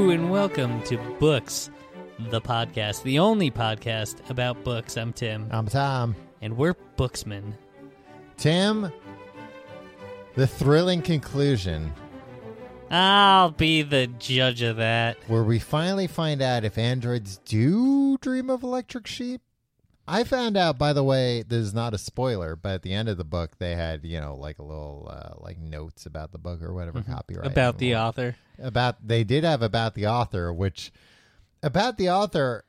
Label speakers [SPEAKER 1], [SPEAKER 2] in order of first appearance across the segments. [SPEAKER 1] welcome to Books, the podcast, the only podcast about books. I'm Tim,
[SPEAKER 2] I'm Um, Tom.
[SPEAKER 1] and we're booksmen.
[SPEAKER 2] Tim, the thrilling conclusion
[SPEAKER 1] I'll be the judge of that.
[SPEAKER 2] where we finally find out if androids do dream of electric sheep. I found out, by the way, this is not a spoiler, but at the end of the book, they had you know like a little uh, like notes about the book or whatever copyright
[SPEAKER 1] Mm-hmm. about the uh,
[SPEAKER 2] and
[SPEAKER 1] author.
[SPEAKER 2] about they did have about the author, which about the author.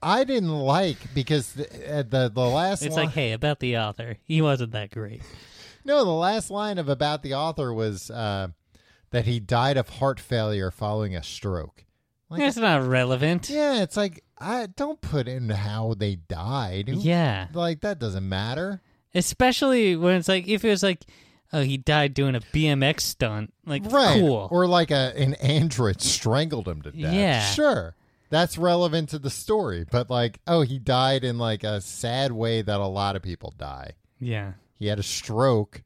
[SPEAKER 2] I didn't like because the uh, the, the last
[SPEAKER 1] It's
[SPEAKER 2] line-
[SPEAKER 1] like, hey, about the author. He wasn't that great.
[SPEAKER 2] No, the last line of about the author was uh, that he died of heart failure following a stroke. Like-
[SPEAKER 1] It's not relevant.
[SPEAKER 2] Yeah, it's like I don't put in how they died. Who-
[SPEAKER 1] Yeah.
[SPEAKER 2] like that doesn't matter.
[SPEAKER 1] Especially when it's like, if it was like, oh, he died doing a BMX stunt. Like,
[SPEAKER 2] Right.
[SPEAKER 1] cool.
[SPEAKER 2] Or like a an android strangled him to death.
[SPEAKER 1] Yeah.
[SPEAKER 2] Sure. That's relevant to the story, but like, oh, he died in like a sad way that a lot of people die.
[SPEAKER 1] yeah.
[SPEAKER 2] He had a stroke.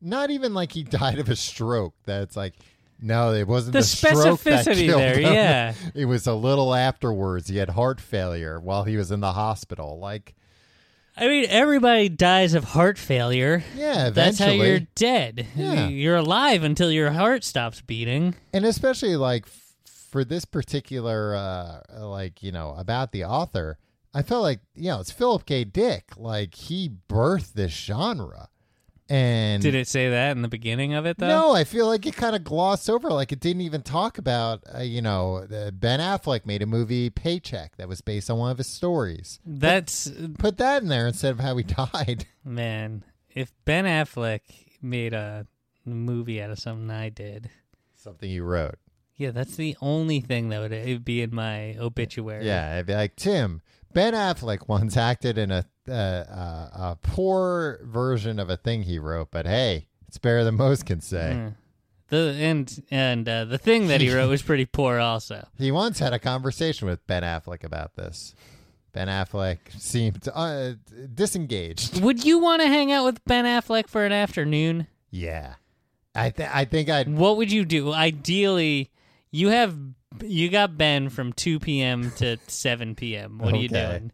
[SPEAKER 2] Not even like he died of a stroke. That's like, no, it wasn't
[SPEAKER 1] The,
[SPEAKER 2] the, stroke that
[SPEAKER 1] specificity
[SPEAKER 2] killed
[SPEAKER 1] there,
[SPEAKER 2] him.
[SPEAKER 1] yeah.
[SPEAKER 2] It was a little afterwards. He had heart failure while he was in the hospital. Like,
[SPEAKER 1] I mean, everybody dies of heart failure.
[SPEAKER 2] yeah, eventually.
[SPEAKER 1] That's how you're dead.
[SPEAKER 2] Yeah.
[SPEAKER 1] You're alive until your heart stops beating.
[SPEAKER 2] and especially like f- for this particular, uh, like you know, about the author, I felt like you know it's Philip K. Dick. Like he birthed this genre, and
[SPEAKER 1] Did it say that in the beginning of it, though?
[SPEAKER 2] No, I feel like it kind of glossed over. Like it didn't even talk about, uh, you know, the Ben Affleck made a movie Paycheck that was based on one of his stories.
[SPEAKER 1] That's,
[SPEAKER 2] Put that in there instead of how he died.
[SPEAKER 1] man, if Ben Affleck made a movie out of something I did,
[SPEAKER 2] Something you wrote.
[SPEAKER 1] yeah, that's the only thing that would it'd be in my obituary.
[SPEAKER 2] Yeah, I'd be like Tim. Ben Affleck once acted in a uh, uh, a poor version of a thing he wrote, but hey, it's better than most can say.
[SPEAKER 1] Mm. The, and and uh, the thing that he wrote was pretty poor, also.
[SPEAKER 2] He once had a conversation with Ben Affleck about this. Ben Affleck seemed uh, disengaged.
[SPEAKER 1] Would you want to hang out with Ben Affleck for an afternoon?
[SPEAKER 2] Yeah, I th- I think I'd
[SPEAKER 1] What would you do? Ideally, you have you got Ben from two p.m. to seven p.m. What are you
[SPEAKER 2] Okay.
[SPEAKER 1] doing?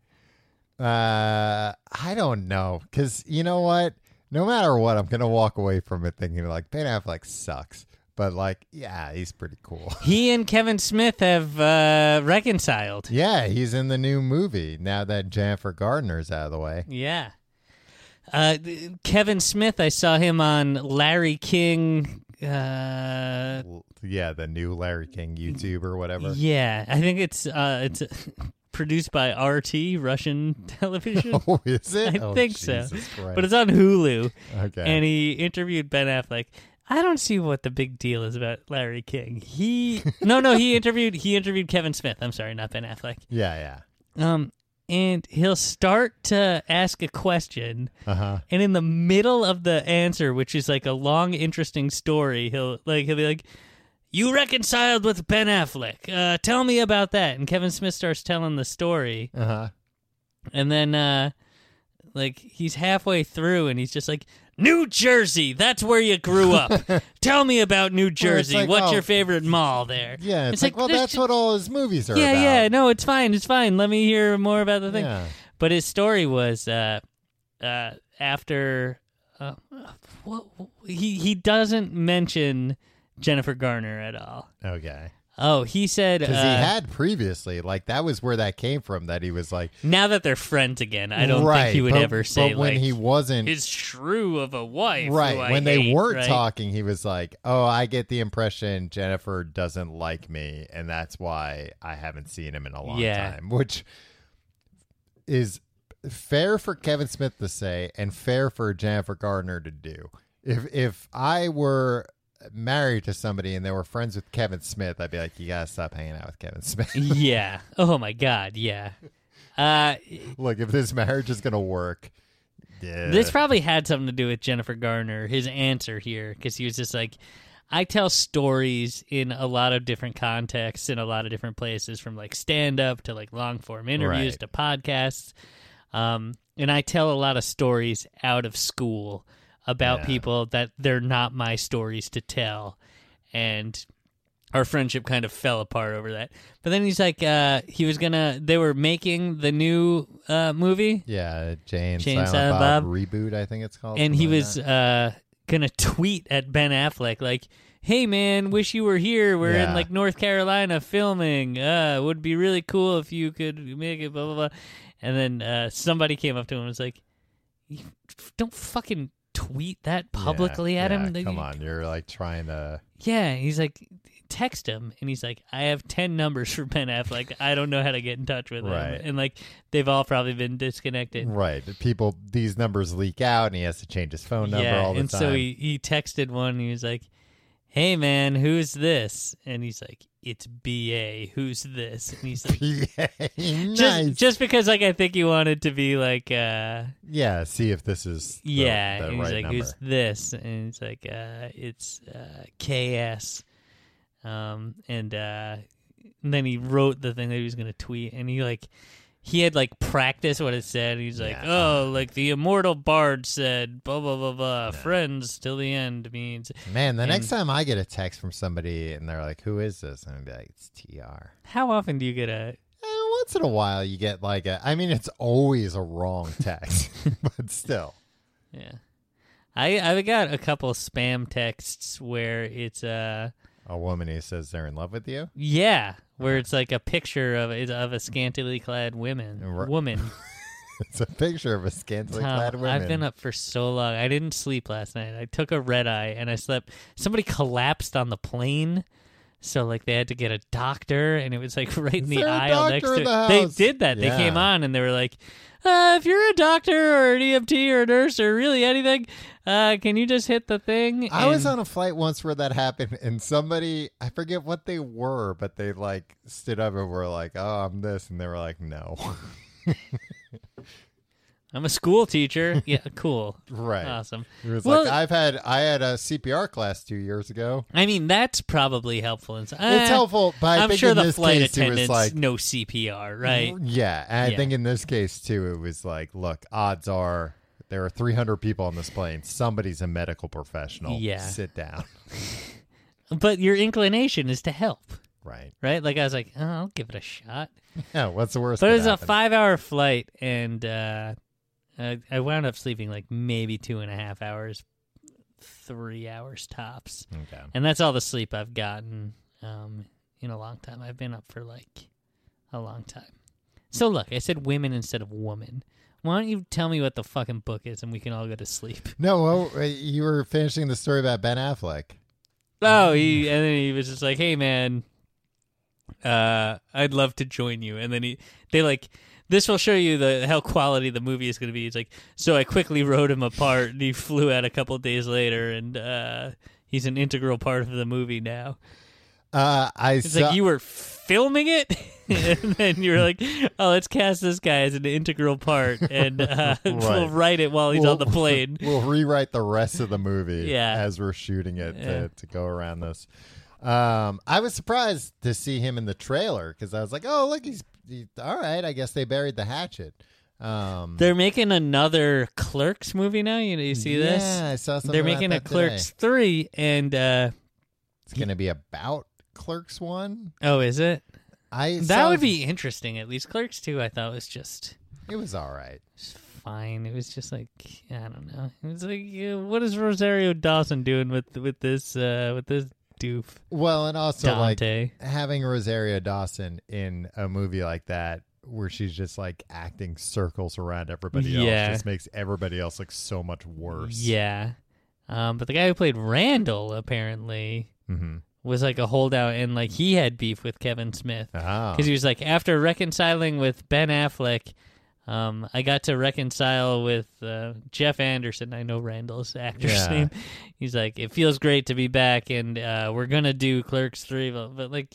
[SPEAKER 2] Uh, I don't know, cause you know what? No matter what, I'm gonna walk away from it thinking like Ben Affleck sucks, but like, yeah, he's pretty cool.
[SPEAKER 1] He and Kevin Smith have uh, reconciled.
[SPEAKER 2] yeah, he's in the new movie now that Jennifer Gardner's out of the way.
[SPEAKER 1] Yeah. Uh, th- Kevin Smith, I saw him on Larry King. Uh,
[SPEAKER 2] L- Yeah, the new Larry King YouTube or whatever.
[SPEAKER 1] yeah, I think it's uh, it's produced by RT Russian television,
[SPEAKER 2] Oh, is it?
[SPEAKER 1] I
[SPEAKER 2] Oh,
[SPEAKER 1] think so.
[SPEAKER 2] Jesus Christ.
[SPEAKER 1] but it's on Hulu.
[SPEAKER 2] okay.
[SPEAKER 1] and he interviewed Ben Affleck. I don't see what the big deal is about Larry King. He no no he interviewed he interviewed Kevin Smith. I'm sorry, not Ben Affleck.
[SPEAKER 2] yeah, yeah.
[SPEAKER 1] Um, and he'll start to ask a question,
[SPEAKER 2] Uh huh.
[SPEAKER 1] and in the middle of the answer, which is like a long, interesting story, he'll like he'll be like, "You reconciled with Ben Affleck. Uh, tell me about that." And Kevin Smith starts telling the story,
[SPEAKER 2] Uh huh.
[SPEAKER 1] and then uh like he's halfway through and he's just like New Jersey, that's where you grew up. Tell me about New Jersey.
[SPEAKER 2] like,
[SPEAKER 1] What's
[SPEAKER 2] oh,
[SPEAKER 1] your favorite mall there?
[SPEAKER 2] Yeah, it's, like, well,
[SPEAKER 1] there's
[SPEAKER 2] that's
[SPEAKER 1] ju-
[SPEAKER 2] what all his movies are
[SPEAKER 1] Yeah,
[SPEAKER 2] about.
[SPEAKER 1] yeah, no, it's fine, it's fine. Let me hear more about the thing.
[SPEAKER 2] Yeah.
[SPEAKER 1] But his story was uh uh after uh, what he he doesn't mention Jennifer Garner at all.
[SPEAKER 2] Okay.
[SPEAKER 1] Oh, he said
[SPEAKER 2] Because
[SPEAKER 1] uh,
[SPEAKER 2] he had previously, like that was where that came from. That he was like,
[SPEAKER 1] now that they're friends again, I don't
[SPEAKER 2] right,
[SPEAKER 1] think he would
[SPEAKER 2] but-
[SPEAKER 1] ever say
[SPEAKER 2] But when
[SPEAKER 1] like
[SPEAKER 2] he wasn't,
[SPEAKER 1] his shrew of a wife. who
[SPEAKER 2] right
[SPEAKER 1] I
[SPEAKER 2] when they
[SPEAKER 1] hate,
[SPEAKER 2] weren't
[SPEAKER 1] right?
[SPEAKER 2] talking he was like oh i get the impression jennifer doesn't like me and that's why i haven't seen him in a long
[SPEAKER 1] Yeah.
[SPEAKER 2] time which is fair for kevin smith to say and fair for jennifer gardner to do if if i were married to somebody and they were friends with kevin smith i'd be like you gotta stop hanging out with kevin smith
[SPEAKER 1] yeah. Oh my God. Yeah. Uh,
[SPEAKER 2] look if this marriage is gonna work yeah.
[SPEAKER 1] this probably had something to do with Jennifer Garner. His answer here, because he was just like, I tell stories in a lot of different contexts in a lot of different places, from like stand up to like long form interviews
[SPEAKER 2] Right.
[SPEAKER 1] to podcasts. Um, and I tell a lot of stories out of school about
[SPEAKER 2] Yeah.
[SPEAKER 1] people that they're not my stories to tell. And our friendship kind of fell apart over that. But then he's like, uh, he was gonna. They were making the new uh, movie,
[SPEAKER 2] Yeah, Jane,
[SPEAKER 1] Jane
[SPEAKER 2] Silent,
[SPEAKER 1] Silent
[SPEAKER 2] Bob,
[SPEAKER 1] Bob.
[SPEAKER 2] reboot, I think it's called.
[SPEAKER 1] and he
[SPEAKER 2] something like
[SPEAKER 1] was uh, gonna tweet at Ben Affleck like, "Hey man, wish you were here. We're
[SPEAKER 2] Yeah.
[SPEAKER 1] in like North Carolina filming. Uh, would be really cool if you could make it." Blah blah blah. And then uh, somebody came up to him and was like, "You f- "Don't fucking." Tweet that
[SPEAKER 2] that.
[SPEAKER 1] publicly
[SPEAKER 2] yeah,
[SPEAKER 1] at
[SPEAKER 2] yeah,
[SPEAKER 1] him. That
[SPEAKER 2] Come
[SPEAKER 1] you-
[SPEAKER 2] on, you're like trying to.
[SPEAKER 1] Yeah, he's like, text him, and he's like, I have ten numbers for Ben Affleck. I don't know how to get in touch with
[SPEAKER 2] Right.
[SPEAKER 1] him, and like they've all probably been disconnected.
[SPEAKER 2] Right. People, these numbers leak out and he has to change his phone number
[SPEAKER 1] yeah,
[SPEAKER 2] all the
[SPEAKER 1] and
[SPEAKER 2] time.
[SPEAKER 1] so he he texted one. And he was like, Hey man, who's this? And he's like, It's B.A. Who's this? And he's like.
[SPEAKER 2] Yeah, nice.
[SPEAKER 1] Just, just because, like, I think he wanted to be like, uh,
[SPEAKER 2] yeah, see if this is the,
[SPEAKER 1] yeah,
[SPEAKER 2] the
[SPEAKER 1] and he's
[SPEAKER 2] right
[SPEAKER 1] like,
[SPEAKER 2] number.
[SPEAKER 1] who's this? And he's like, uh, it's uh, KS. Um, and, uh, and then he wrote the thing that he was going to tweet, and he like he had like practiced what it said. He's like,
[SPEAKER 2] Yeah.
[SPEAKER 1] oh, like the immortal bard said, blah blah blah blah. Friends till the end means
[SPEAKER 2] Man, the next
[SPEAKER 1] and-
[SPEAKER 2] time I get a text from somebody and they're like, "Who is this?" and I'm like, "It's TR."
[SPEAKER 1] how often do you get a
[SPEAKER 2] And once in a while, you get like a. I mean, it's always a wrong text, but still,
[SPEAKER 1] yeah. I I've got a couple spam texts where it's uh
[SPEAKER 2] a woman who says they're in love with you.
[SPEAKER 1] yeah where it's like a picture of it's of a scantily clad women
[SPEAKER 2] Right.
[SPEAKER 1] woman
[SPEAKER 2] It's a picture of a scantily
[SPEAKER 1] Tom,
[SPEAKER 2] clad woman.
[SPEAKER 1] I've been up for so long. I didn't sleep last night. I took a red eye and I slept. Somebody collapsed on the plane. So like they had to get a doctor, and it was like right in
[SPEAKER 2] Is
[SPEAKER 1] the
[SPEAKER 2] there a
[SPEAKER 1] aisle next
[SPEAKER 2] doctor in
[SPEAKER 1] to.
[SPEAKER 2] the
[SPEAKER 1] they
[SPEAKER 2] house?
[SPEAKER 1] did that.
[SPEAKER 2] Yeah.
[SPEAKER 1] They came on and they were like, uh, "If you're a doctor or an EMT or a nurse or really anything, uh, can you just hit the thing?"
[SPEAKER 2] I was
[SPEAKER 1] And-
[SPEAKER 2] on a flight once where that happened, and somebody I forget what they were, but they like stood up and were like, "Oh, I'm this," and they were like, "No."
[SPEAKER 1] I'm a school teacher. Yeah, cool,
[SPEAKER 2] right.
[SPEAKER 1] awesome.
[SPEAKER 2] It was
[SPEAKER 1] Ah. Well-
[SPEAKER 2] like I've had I had a CPR class two years ago.
[SPEAKER 1] I mean, that's probably helpful. In,
[SPEAKER 2] It's helpful, but I
[SPEAKER 1] am
[SPEAKER 2] think
[SPEAKER 1] Eh, sure
[SPEAKER 2] in
[SPEAKER 1] the
[SPEAKER 2] this
[SPEAKER 1] flight
[SPEAKER 2] case it was
[SPEAKER 1] attendants
[SPEAKER 2] like
[SPEAKER 1] no CPR, right?
[SPEAKER 2] Yeah, and I
[SPEAKER 1] Yeah.
[SPEAKER 2] think in this case too, it was like, look, odds are there are 300 people on this plane. Somebody's a medical professional.
[SPEAKER 1] Yeah.
[SPEAKER 2] sit down.
[SPEAKER 1] But your inclination is to help,
[SPEAKER 2] Right.
[SPEAKER 1] right? Like I was like, oh, I'll give it a shot.
[SPEAKER 2] Yeah. What's the worst?
[SPEAKER 1] But it
[SPEAKER 2] that
[SPEAKER 1] was a
[SPEAKER 2] happened?
[SPEAKER 1] five-hour flight, and uh, I, I wound up sleeping like maybe two and a half hours, three hours tops,
[SPEAKER 2] Okay.
[SPEAKER 1] and that's all the sleep I've gotten um, in a long time. I've been up for like a long time. So look, I said women instead of woman. Why don't you tell me what the fucking book is, and we can all go to sleep?
[SPEAKER 2] No, well, you were finishing the story about Ben Affleck.
[SPEAKER 1] Oh, he and then he was just like, "Hey, man, uh, I'd love to join you." And then he, they like, this will show you the how quality the movie is going to be. He's like, so I quickly wrote him apart, and he flew out a couple days later, and uh, he's an integral part of the movie now.
[SPEAKER 2] Uh, I
[SPEAKER 1] It's
[SPEAKER 2] saw,
[SPEAKER 1] like you were filming it, and then you're like, "Oh, let's cast this guy as an integral part, and uh,
[SPEAKER 2] Right.
[SPEAKER 1] we'll write it while he's on the
[SPEAKER 2] We'll-
[SPEAKER 1] plane."
[SPEAKER 2] We'll rewrite the rest of the movie
[SPEAKER 1] Yeah.
[SPEAKER 2] as we're shooting it
[SPEAKER 1] Yeah.
[SPEAKER 2] to, to go around this. Um, I was surprised to see him in the trailer because I was like, "Oh, look, he's he, all right." I guess they buried the hatchet. Um,
[SPEAKER 1] They're making another Clerks movie now. You, you see
[SPEAKER 2] yeah,
[SPEAKER 1] this?
[SPEAKER 2] I saw something.
[SPEAKER 1] They're
[SPEAKER 2] about
[SPEAKER 1] making a
[SPEAKER 2] that today.
[SPEAKER 1] Clerks three, and uh,
[SPEAKER 2] It's going to be about Clerks one.
[SPEAKER 1] oh, is it?
[SPEAKER 2] I
[SPEAKER 1] That
[SPEAKER 2] saw-
[SPEAKER 1] would be interesting. At least Clerks two, I thought was just
[SPEAKER 2] It was all right.
[SPEAKER 1] just fine. It was just like I don't know. It was like, uh, what is Rosario Dawson doing with with this uh, with this doof
[SPEAKER 2] Well, and also like
[SPEAKER 1] Dante?
[SPEAKER 2] having Rosaria Dawson in a movie like that where she's just like acting circles around everybody
[SPEAKER 1] Yeah.
[SPEAKER 2] else just makes everybody else look so much worse.
[SPEAKER 1] Yeah, um, but the guy who played Randall apparently
[SPEAKER 2] Mm-hmm.
[SPEAKER 1] was like a holdout, and like he had beef with Kevin Smith.
[SPEAKER 2] Ah.
[SPEAKER 1] because he was like after reconciling with Ben Affleck, um, I got to reconcile with uh, Jeff Anderson. I know Randall's actor's
[SPEAKER 2] Yeah.
[SPEAKER 1] name. He's like, it feels great to be back, and uh, we're gonna do Clerks three, but, but like,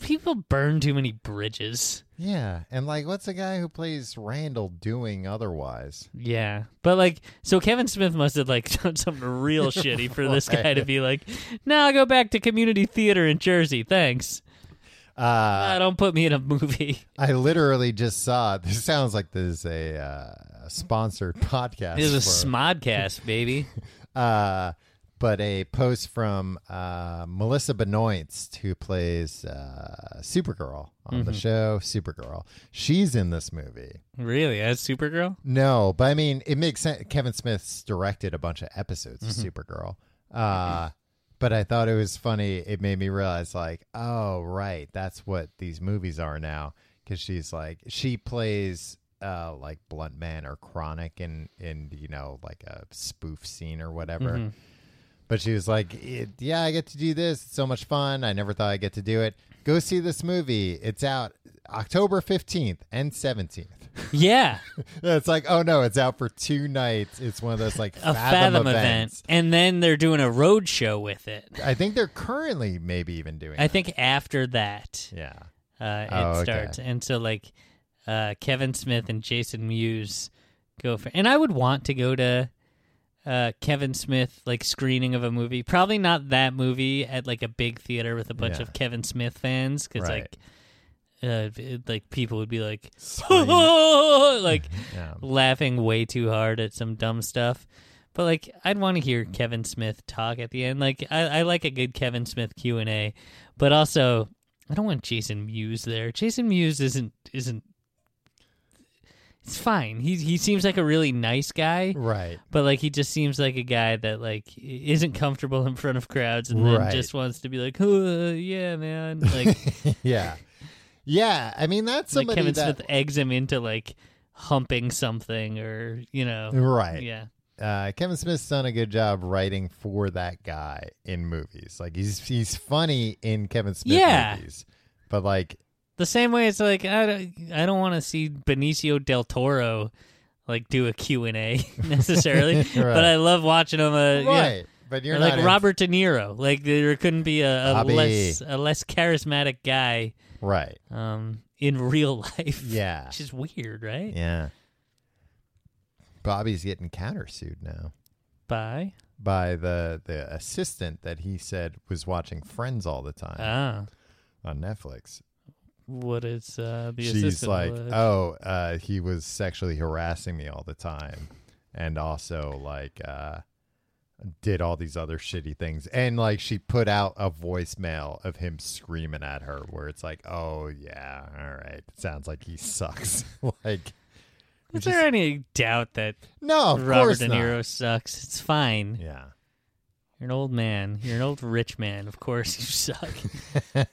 [SPEAKER 1] people burn too many bridges.
[SPEAKER 2] Yeah. And like, what's the guy who plays Randall doing otherwise?
[SPEAKER 1] Yeah, but like, so Kevin Smith must have like done something real shitty for this guy to be like, now I'll go back to community theater in Jersey. Thanks.
[SPEAKER 2] Uh,
[SPEAKER 1] Ah, don't put me in a movie.
[SPEAKER 2] I literally just saw this sounds like this is a uh, sponsored podcast.
[SPEAKER 1] It was a
[SPEAKER 2] for-
[SPEAKER 1] Smodcast, baby.
[SPEAKER 2] uh, but a post from uh, Melissa Benoist, who plays uh, Supergirl on the show Supergirl. She's in this movie.
[SPEAKER 1] Really, as Supergirl?
[SPEAKER 2] No, but I mean, it makes sense. Kevin Smith's directed a bunch of episodes of Supergirl. Uh, but I thought it was funny. It made me realize, like, oh, right, that's what these movies are now. Because she's like, she plays uh, like Blunt Man or Chronic in, in, you know, like a spoof scene or whatever. But she was like, "It- yeah, I get to do this. It's so much fun. I never thought I'd get to do it. Go see this movie. It's out October 15th and 17th.
[SPEAKER 1] Yeah,
[SPEAKER 2] It's like, oh no, it's out for two nights. It's one of those like
[SPEAKER 1] a
[SPEAKER 2] fathom,
[SPEAKER 1] Fathom,
[SPEAKER 2] events.
[SPEAKER 1] event, and then they're doing a road show with it.
[SPEAKER 2] I think they're currently maybe even doing.
[SPEAKER 1] I think after that,
[SPEAKER 2] that. yeah,
[SPEAKER 1] uh, it
[SPEAKER 2] Oh, okay.
[SPEAKER 1] starts, and so like uh, Kevin Smith and Jason Mewes go for, and I would want to go to uh, Kevin Smith like screening of a movie, probably not that movie at like a big theater with a bunch
[SPEAKER 2] Yeah.
[SPEAKER 1] of Kevin Smith fans, because
[SPEAKER 2] Right.
[SPEAKER 1] like uh, it- like people would be like
[SPEAKER 2] Scream.
[SPEAKER 1] like
[SPEAKER 2] yeah,
[SPEAKER 1] laughing way too hard at some dumb stuff. But like, I'd want to hear
[SPEAKER 2] Mm.
[SPEAKER 1] Kevin Smith talk at the end. Like, I, I like a good Kevin Smith Q and A, but also I don't want Jason Mewes there. Jason Mewes isn't isn't. It's fine. He he seems like a really nice guy,
[SPEAKER 2] right.
[SPEAKER 1] but like he just seems like a guy that like i- isn't comfortable in front of crowds and then
[SPEAKER 2] Right.
[SPEAKER 1] just wants to be like, "Uh, yeah, man. Like,
[SPEAKER 2] yeah, yeah. I mean, that's
[SPEAKER 1] like
[SPEAKER 2] somebody
[SPEAKER 1] Kevin
[SPEAKER 2] that
[SPEAKER 1] Smith eggs him into like humping something or you know,
[SPEAKER 2] right.
[SPEAKER 1] yeah.
[SPEAKER 2] uh, Kevin Smith's done a good job writing for that guy in movies. Like he's he's funny in Kevin Smith
[SPEAKER 1] Yeah.
[SPEAKER 2] movies, but like
[SPEAKER 1] The same way it's like I don't, I don't want to see Benicio del Toro like do a Q&A necessarily, but I love watching him uh, yeah.
[SPEAKER 2] right. But you're
[SPEAKER 1] Or
[SPEAKER 2] not
[SPEAKER 1] like
[SPEAKER 2] in-
[SPEAKER 1] Robert De Niro. Like there couldn't be a, a
[SPEAKER 2] Bobby.
[SPEAKER 1] less a less charismatic guy
[SPEAKER 2] right.
[SPEAKER 1] um in real life.
[SPEAKER 2] Yeah,
[SPEAKER 1] Which is weird, right?
[SPEAKER 2] yeah. Bobby's getting countersued now.
[SPEAKER 1] Bye.
[SPEAKER 2] by the the assistant that he said was watching Friends all the time
[SPEAKER 1] Ah.
[SPEAKER 2] on Netflix.
[SPEAKER 1] What is uh the
[SPEAKER 2] She's
[SPEAKER 1] assistant
[SPEAKER 2] like,
[SPEAKER 1] was-
[SPEAKER 2] "Oh, uh, he was sexually harassing me all the time, and also like uh, did all these other shitty things." And like, she put out a voicemail of him screaming at her, where it's like, "Oh yeah, all right, it sounds like he sucks." like,
[SPEAKER 1] Is
[SPEAKER 2] just-
[SPEAKER 1] there any doubt that
[SPEAKER 2] no, of
[SPEAKER 1] Robert
[SPEAKER 2] course
[SPEAKER 1] De
[SPEAKER 2] not.
[SPEAKER 1] Niro sucks? It's fine.
[SPEAKER 2] Yeah.
[SPEAKER 1] You're an old man. You're an old rich man. Of course you suck.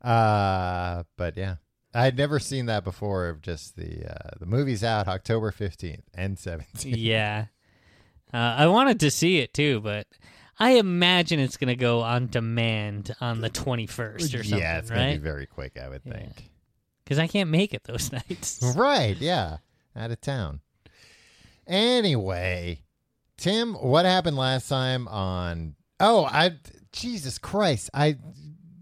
[SPEAKER 2] uh but yeah i'd never seen that before of just the uh the movie's out october 15th and 17th
[SPEAKER 1] yeah. Uh, I wanted to see it too, but I imagine it's going to go on demand on the 21st or something,
[SPEAKER 2] yeah it's gonna be
[SPEAKER 1] right?
[SPEAKER 2] very quick i would
[SPEAKER 1] Yeah.
[SPEAKER 2] think
[SPEAKER 1] Because I can't make it those nights.
[SPEAKER 2] right yeah out of town anyway tim what happened last time on oh i jesus christ i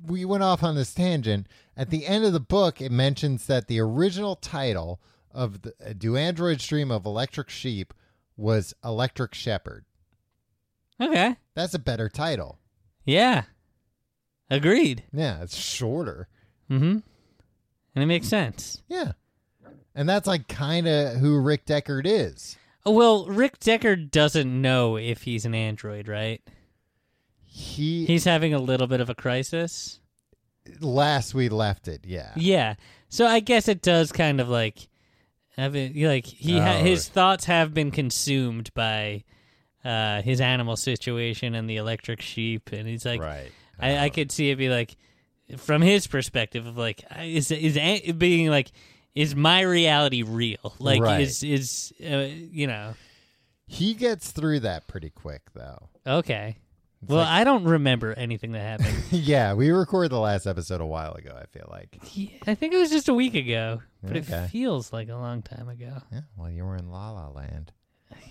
[SPEAKER 2] we went off on this tangent at the end of the book it mentions that the original title of the, uh, do androids dream of electric sheep was electric shepherd
[SPEAKER 1] okay.
[SPEAKER 2] That's a better title.
[SPEAKER 1] Yeah. Agreed.
[SPEAKER 2] Yeah, it's shorter.
[SPEAKER 1] Mm hmm. And it makes sense.
[SPEAKER 2] Yeah. And that's like kind of who Rick Deckard is.
[SPEAKER 1] Oh, well, Rick Deckard doesn't know if he's an android, right?
[SPEAKER 2] He,
[SPEAKER 1] He's having a little bit of a crisis.
[SPEAKER 2] last we left it, yeah.
[SPEAKER 1] Yeah. So I guess it does kind of like have it, like he ha-
[SPEAKER 2] Oh.
[SPEAKER 1] his thoughts have been consumed by uh his animal situation and the electric sheep and he's like
[SPEAKER 2] right.
[SPEAKER 1] I, I could see it be like from his perspective of like I- is is a- being like is my reality real? Like
[SPEAKER 2] Right.
[SPEAKER 1] is is uh, you know.
[SPEAKER 2] He gets through that pretty quick though.
[SPEAKER 1] Okay. well, I don't remember anything that happened.
[SPEAKER 2] yeah, we recorded the last episode a while ago, I feel like.
[SPEAKER 1] He- I think it was just a week ago, but
[SPEAKER 2] Okay.
[SPEAKER 1] it feels like a long time ago.
[SPEAKER 2] Yeah, well you were in La La Land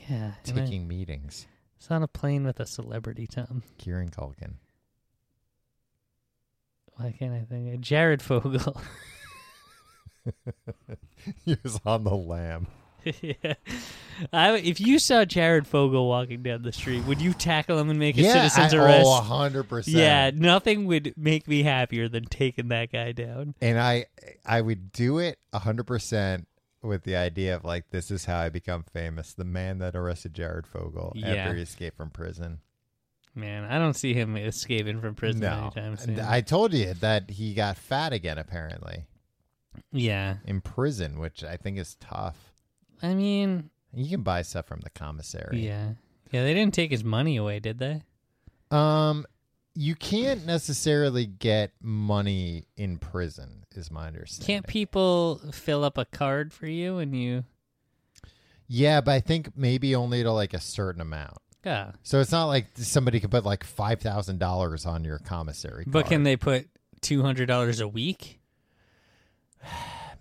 [SPEAKER 1] Yeah. and I-
[SPEAKER 2] taking meetings.
[SPEAKER 1] It's on a plane with a celebrity, Tom.
[SPEAKER 2] Kieran Culkin.
[SPEAKER 1] Why can't I think of Jared Fogle?
[SPEAKER 2] he was on the lamb.
[SPEAKER 1] yeah. I, if you saw Jared Fogle walking down the street, would you tackle him and make a
[SPEAKER 2] Yeah, I,
[SPEAKER 1] citizen's arrest?
[SPEAKER 2] oh, 100%.
[SPEAKER 1] yeah, nothing would make me happier than taking that guy down.
[SPEAKER 2] and I I would do it hundred percent with the idea of like this is how I become famous. The man that arrested Jared Fogle
[SPEAKER 1] Yeah.
[SPEAKER 2] after he escaped from prison.
[SPEAKER 1] Man, I don't see him escaping from prison
[SPEAKER 2] no,
[SPEAKER 1] anytime
[SPEAKER 2] And
[SPEAKER 1] soon.
[SPEAKER 2] I told you that he got fat again. Apparently
[SPEAKER 1] yeah,
[SPEAKER 2] in prison, which I think is tough.
[SPEAKER 1] I mean,
[SPEAKER 2] You can buy stuff from the commissary.
[SPEAKER 1] yeah, yeah. They didn't take his money away, did they?
[SPEAKER 2] Um, you can't necessarily get money in prison, is my understanding.
[SPEAKER 1] Can't people fill up a card for you and you?
[SPEAKER 2] Yeah, but I think maybe only to like a certain amount.
[SPEAKER 1] Yeah,
[SPEAKER 2] So it's not like somebody could put like five thousand dollars on your commissary. Card.
[SPEAKER 1] but can they put two hundred dollars a week?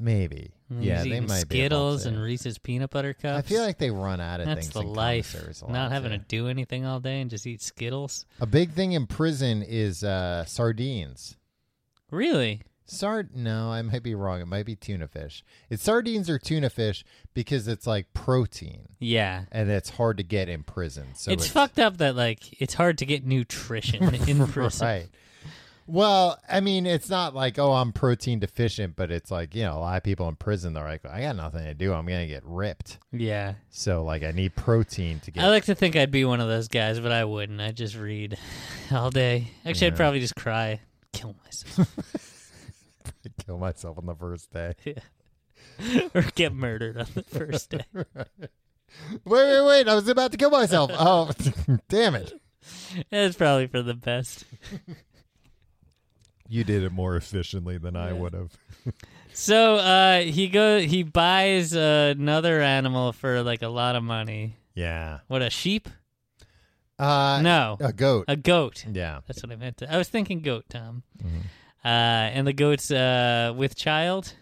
[SPEAKER 2] maybe?
[SPEAKER 1] He's
[SPEAKER 2] Yeah, they
[SPEAKER 1] Mm-hmm. eating
[SPEAKER 2] might be able
[SPEAKER 1] Skittles
[SPEAKER 2] to.
[SPEAKER 1] and Reese's peanut butter cups.
[SPEAKER 2] I feel like they run out of
[SPEAKER 1] that's
[SPEAKER 2] things.
[SPEAKER 1] the
[SPEAKER 2] in
[SPEAKER 1] life.
[SPEAKER 2] commissaries a lot,
[SPEAKER 1] Not having
[SPEAKER 2] too.
[SPEAKER 1] to do anything all day and just eat Skittles.
[SPEAKER 2] A big thing in prison is uh, sardines.
[SPEAKER 1] Really?
[SPEAKER 2] Sard? No, I might be wrong. It might be tuna fish. It's sardines or tuna fish because it's like protein.
[SPEAKER 1] Yeah.
[SPEAKER 2] and it's hard to get in prison. So
[SPEAKER 1] it's, fucked up that like it's hard to get nutrition in prison.
[SPEAKER 2] right. Well, I mean, it's not like oh, I'm protein deficient, but it's like you know, a lot of people in prison they're like, I got nothing to do. I'm gonna get ripped.
[SPEAKER 1] Yeah.
[SPEAKER 2] So like, I need protein to get.
[SPEAKER 1] I like to think I'd be one of those guys, but I wouldn't. I'd just read all day. Actually, I'd
[SPEAKER 2] Yeah.
[SPEAKER 1] probably just cry, kill myself,
[SPEAKER 2] kill myself on the first day.
[SPEAKER 1] or get murdered on the first day.
[SPEAKER 2] Wait, wait, wait! I was about to kill myself. Oh, damn it!
[SPEAKER 1] That's probably for the best.
[SPEAKER 2] You did it more efficiently than I
[SPEAKER 1] Yeah.
[SPEAKER 2] would have.
[SPEAKER 1] So uh, he go he buys another animal for like a lot of money.
[SPEAKER 2] Yeah.
[SPEAKER 1] What a sheep?
[SPEAKER 2] Uh,
[SPEAKER 1] No,
[SPEAKER 2] A goat.
[SPEAKER 1] a goat.
[SPEAKER 2] yeah.
[SPEAKER 1] That's what I meant. To, I was thinking goat, Tom.
[SPEAKER 2] Mm-hmm.
[SPEAKER 1] Uh, and the goat's uh, with child?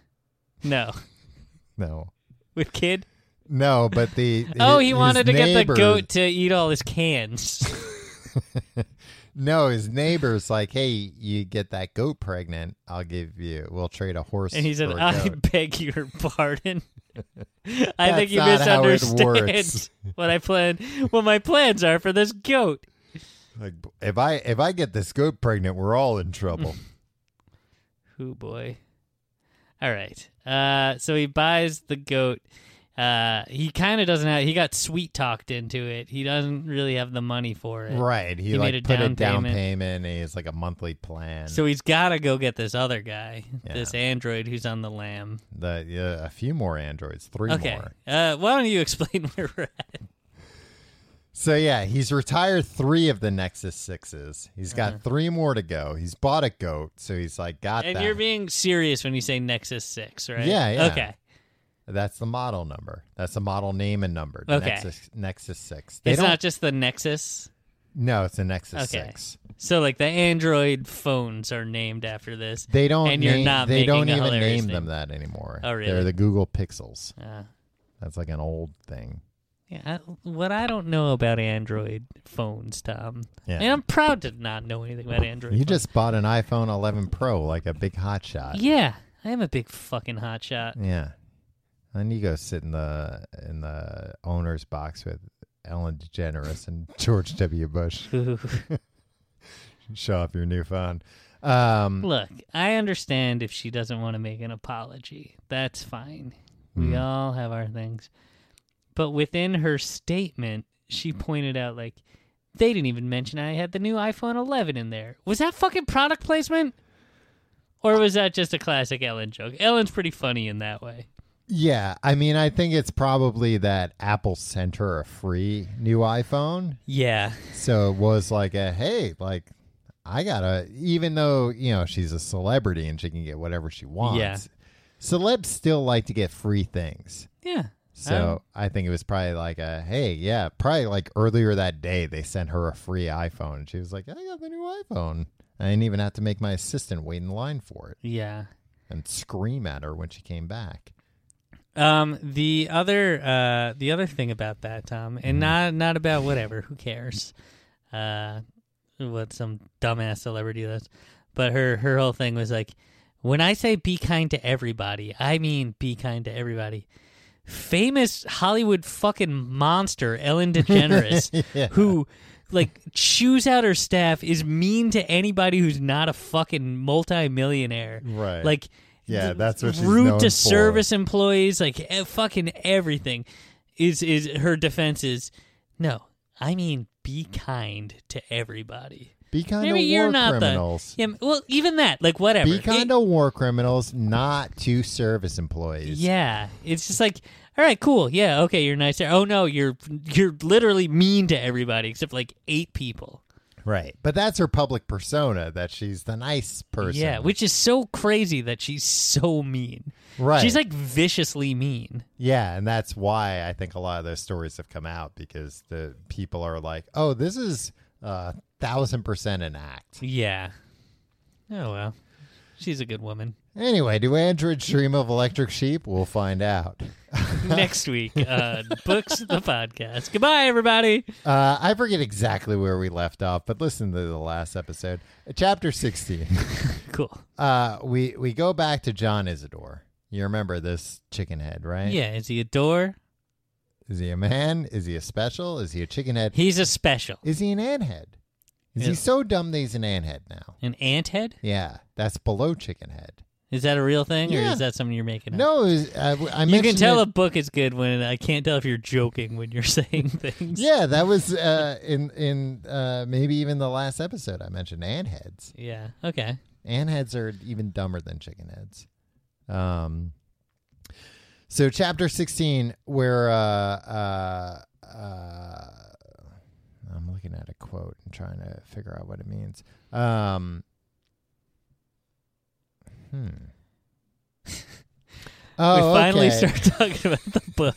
[SPEAKER 1] No,
[SPEAKER 2] No.
[SPEAKER 1] with kid.
[SPEAKER 2] No, but the
[SPEAKER 1] Oh, he
[SPEAKER 2] his
[SPEAKER 1] wanted to get the
[SPEAKER 2] neighbor-
[SPEAKER 1] goat to eat all his cans.
[SPEAKER 2] No, his neighbor's like, "Hey, you get that goat pregnant, I'll give you. We'll trade a horse."
[SPEAKER 1] And he said,
[SPEAKER 2] for a
[SPEAKER 1] "I
[SPEAKER 2] goat."
[SPEAKER 1] beg your pardon. I
[SPEAKER 2] That's
[SPEAKER 1] think you
[SPEAKER 2] not how it
[SPEAKER 1] misunderstand
[SPEAKER 2] works.
[SPEAKER 1] what I plan, what my plans are for this goat."
[SPEAKER 2] "Like, if I if I get this goat pregnant, we're all in trouble."
[SPEAKER 1] Who boy? All right. Uh, so he buys the goat. Uh, he kind of doesn't have. He got sweet talked into it. He doesn't really have the money for it,
[SPEAKER 2] right? He,
[SPEAKER 1] He
[SPEAKER 2] like
[SPEAKER 1] made a
[SPEAKER 2] put a
[SPEAKER 1] down
[SPEAKER 2] down
[SPEAKER 1] payment.
[SPEAKER 2] payment. and he's like a monthly plan.
[SPEAKER 1] so he's got to go get this other guy,
[SPEAKER 2] Yeah.
[SPEAKER 1] this android who's on the lamb.
[SPEAKER 2] the yeah, a few more androids, three
[SPEAKER 1] Okay.
[SPEAKER 2] more.
[SPEAKER 1] Uh, why don't you explain where we're at?
[SPEAKER 2] So yeah, he's retired three of the Nexus sixes. He's got three more to go. He's bought a goat, so he's like, "Got
[SPEAKER 1] Uh-huh. And
[SPEAKER 2] that."
[SPEAKER 1] you're being serious when you say Nexus Six, right?
[SPEAKER 2] Yeah, yeah.
[SPEAKER 1] Okay.
[SPEAKER 2] That's the model number. That's the model name and number.
[SPEAKER 1] Okay.
[SPEAKER 2] Nexus Nexus six. They
[SPEAKER 1] it's
[SPEAKER 2] don't-
[SPEAKER 1] not just the Nexus.
[SPEAKER 2] No, it's a Nexus
[SPEAKER 1] Okay.
[SPEAKER 2] six.
[SPEAKER 1] So like the Android phones are named after this.
[SPEAKER 2] They don't.
[SPEAKER 1] And you're
[SPEAKER 2] name-
[SPEAKER 1] not
[SPEAKER 2] They
[SPEAKER 1] making
[SPEAKER 2] don't
[SPEAKER 1] a
[SPEAKER 2] even
[SPEAKER 1] hilarious
[SPEAKER 2] name
[SPEAKER 1] thing.
[SPEAKER 2] them that anymore.
[SPEAKER 1] Oh, really?
[SPEAKER 2] They're the Google Pixels.
[SPEAKER 1] Uh,
[SPEAKER 2] That's like an old thing.
[SPEAKER 1] yeah, I, what I don't know about Android phones, Tom,
[SPEAKER 2] Yeah.
[SPEAKER 1] and I'm proud to not know anything about Android.
[SPEAKER 2] You
[SPEAKER 1] phones.
[SPEAKER 2] just bought an iPhone 11 Pro, like a big hotshot.
[SPEAKER 1] yeah, I am a big fucking hotshot.
[SPEAKER 2] Yeah. And you go sit in the in the owner's box with Ellen DeGeneres and George W. Bush.
[SPEAKER 1] Ooh.
[SPEAKER 2] Show off your new phone. Um,
[SPEAKER 1] Look, I understand if she doesn't want to make an apology. That's fine. We
[SPEAKER 2] Mm.
[SPEAKER 1] all have our things. But within her statement, she pointed out like they didn't even mention I had the new iPhone 11 in there. Was that fucking product placement? Or was that just a classic Ellen joke? Ellen's pretty funny in that way.
[SPEAKER 2] yeah, I mean, I think it's probably that Apple sent her a free new iPhone,
[SPEAKER 1] Yeah.
[SPEAKER 2] So it was like a hey, like I gotta even though, you know, she's a celebrity and she can get whatever she wants.
[SPEAKER 1] Yeah.
[SPEAKER 2] Celebs still like to get free things.
[SPEAKER 1] Yeah.
[SPEAKER 2] So
[SPEAKER 1] Oh.
[SPEAKER 2] I think it was probably like a hey, yeah, probably like earlier that day they sent her a free iPhone and she was like, I got the new iPhone. I didn't even have to make my assistant wait in line for it
[SPEAKER 1] Yeah.
[SPEAKER 2] and scream at her when she came back.
[SPEAKER 1] Um the other uh the other thing about that, Tom, and not not about whatever, who cares? Uh what some dumbass celebrity does. But her her whole thing was like when I say be kind to everybody, I mean be kind to everybody. Famous Hollywood fucking monster Ellen DeGeneres
[SPEAKER 2] Yeah.
[SPEAKER 1] who like chews out her staff is mean to anybody who's not a fucking multimillionaire.
[SPEAKER 2] Right.
[SPEAKER 1] Like
[SPEAKER 2] Yeah,
[SPEAKER 1] th-
[SPEAKER 2] that's what she's
[SPEAKER 1] rude
[SPEAKER 2] known
[SPEAKER 1] to
[SPEAKER 2] for.
[SPEAKER 1] service employees, like e- fucking everything. Is is her defense is no. I mean, be kind to everybody.
[SPEAKER 2] Be kind
[SPEAKER 1] Maybe
[SPEAKER 2] to
[SPEAKER 1] you're
[SPEAKER 2] war
[SPEAKER 1] not
[SPEAKER 2] criminals.
[SPEAKER 1] the. Yeah, well, even that, like whatever.
[SPEAKER 2] Be kind
[SPEAKER 1] It-
[SPEAKER 2] to war criminals, not to service employees.
[SPEAKER 1] Yeah, it's just like, all right, cool. Yeah, okay, you're nice. Oh no, you're you're literally mean to everybody except like eight people.
[SPEAKER 2] Right. But that's her public persona that she's the nice person.
[SPEAKER 1] Yeah, which is so crazy that she's so mean.
[SPEAKER 2] right.
[SPEAKER 1] She's like viciously mean.
[SPEAKER 2] Yeah, and that's why I think a lot of those stories have come out because the people are like, "Oh, this is a thousand percent an act."
[SPEAKER 1] Yeah. Oh well, she's a good woman.
[SPEAKER 2] Anyway, do androids dream of electric sheep? We'll find out.
[SPEAKER 1] Next week, uh, books the podcast. Goodbye, everybody.
[SPEAKER 2] Uh, I forget exactly where we left off, but listen to the last episode, chapter sixteen.
[SPEAKER 1] Cool.
[SPEAKER 2] uh, we we go back to John Isidore. You remember this chicken head, right?
[SPEAKER 1] Yeah, is he a door?
[SPEAKER 2] Is he a man? Is he a special? Is he a chicken head?
[SPEAKER 1] He's a special.
[SPEAKER 2] Is he an ant head? Is
[SPEAKER 1] Yeah.
[SPEAKER 2] he so dumb that he's an ant head now?
[SPEAKER 1] An ant head?
[SPEAKER 2] Yeah, that's below chicken head.
[SPEAKER 1] Is that a real thing, or
[SPEAKER 2] Yeah.
[SPEAKER 1] is that something you're making up?
[SPEAKER 2] No, it was, I, I
[SPEAKER 1] you can
[SPEAKER 2] mentioned
[SPEAKER 1] tell
[SPEAKER 2] it-
[SPEAKER 1] a book is good when I can't tell if you're joking when you're saying things.
[SPEAKER 2] Yeah, that was uh, in in uh, maybe even the last episode I mentioned ant heads.
[SPEAKER 1] Yeah. Okay.
[SPEAKER 2] Ant heads are even dumber than chicken heads. Um, so chapter sixteen, where uh, uh, uh, I'm looking at a quote and trying to figure out what it means. Um, hmm. Oh,
[SPEAKER 1] we finally
[SPEAKER 2] okay.
[SPEAKER 1] start talking about the book.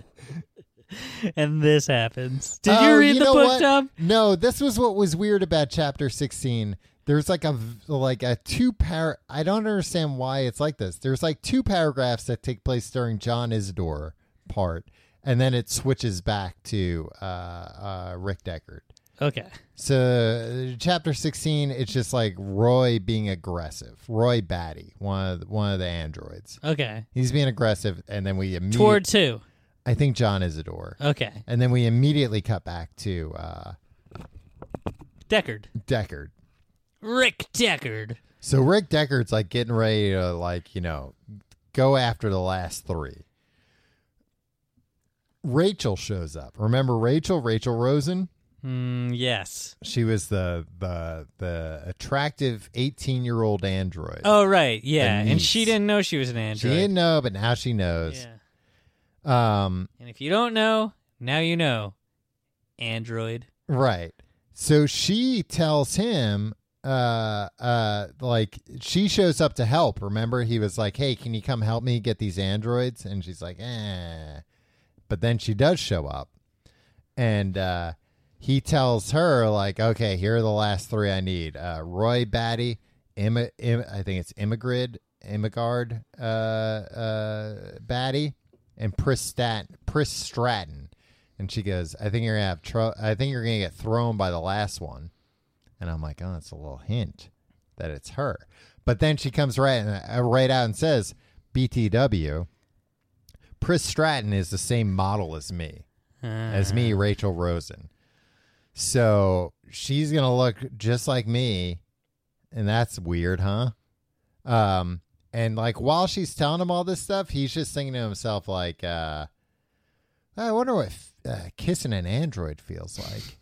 [SPEAKER 1] and this happens. Did
[SPEAKER 2] Oh,
[SPEAKER 1] you read the
[SPEAKER 2] know
[SPEAKER 1] book,
[SPEAKER 2] what?
[SPEAKER 1] Tom?
[SPEAKER 2] No, this was what was weird about chapter 16. There's like a v- like a two par I don't understand why it's like this. There's like two paragraphs that take place during John Isidore part and then it switches back to uh, uh, Rick Deckard.
[SPEAKER 1] Okay.
[SPEAKER 2] So uh, chapter 16 it's just like Roy being aggressive. Roy Batty, one of the, one of the androids.
[SPEAKER 1] Okay.
[SPEAKER 2] He's being aggressive and then we immediately
[SPEAKER 1] Towards who?
[SPEAKER 2] I think John Isidore.
[SPEAKER 1] Okay.
[SPEAKER 2] And then we immediately cut back to uh,
[SPEAKER 1] Deckard.
[SPEAKER 2] Deckard.
[SPEAKER 1] Rick Deckard.
[SPEAKER 2] So Rick Deckard's like getting ready to like, you know, go after the last three. Rachel shows up. Remember Rachel, Rachel Rosen?
[SPEAKER 1] Mm, yes.
[SPEAKER 2] She was the the the attractive 18-year-old android.
[SPEAKER 1] Oh, right. Yeah. And she
[SPEAKER 2] niece.
[SPEAKER 1] didn't know she was an android.
[SPEAKER 2] she didn't know, but now she knows.
[SPEAKER 1] Yeah.
[SPEAKER 2] Um
[SPEAKER 1] And if you don't know, now you know. Android.
[SPEAKER 2] Right. So she tells him uh uh like she shows up to help remember he was like hey can you come help me get these androids and she's like eh but then she does show up and uh he tells her like okay here are the last three i need uh roy batty Emma, Em- i think it's immigrid immigard uh uh batty and Pris Stat- Pris Stratton. And she goes, I think you're gonna have tro- I think you're gonna get thrown by the last one. And I'm like, oh, that's a little hint that it's her. But then she comes right and, uh, right out and says, BTW. Pris Stratton is the same model as me,
[SPEAKER 1] Uh,
[SPEAKER 2] as me, Rachel Rosen. So she's gonna look just like me, and that's weird, huh? Um, and like while she's telling him all this stuff, he's just thinking to himself like, uh, "I wonder what uh, kissing an android feels like."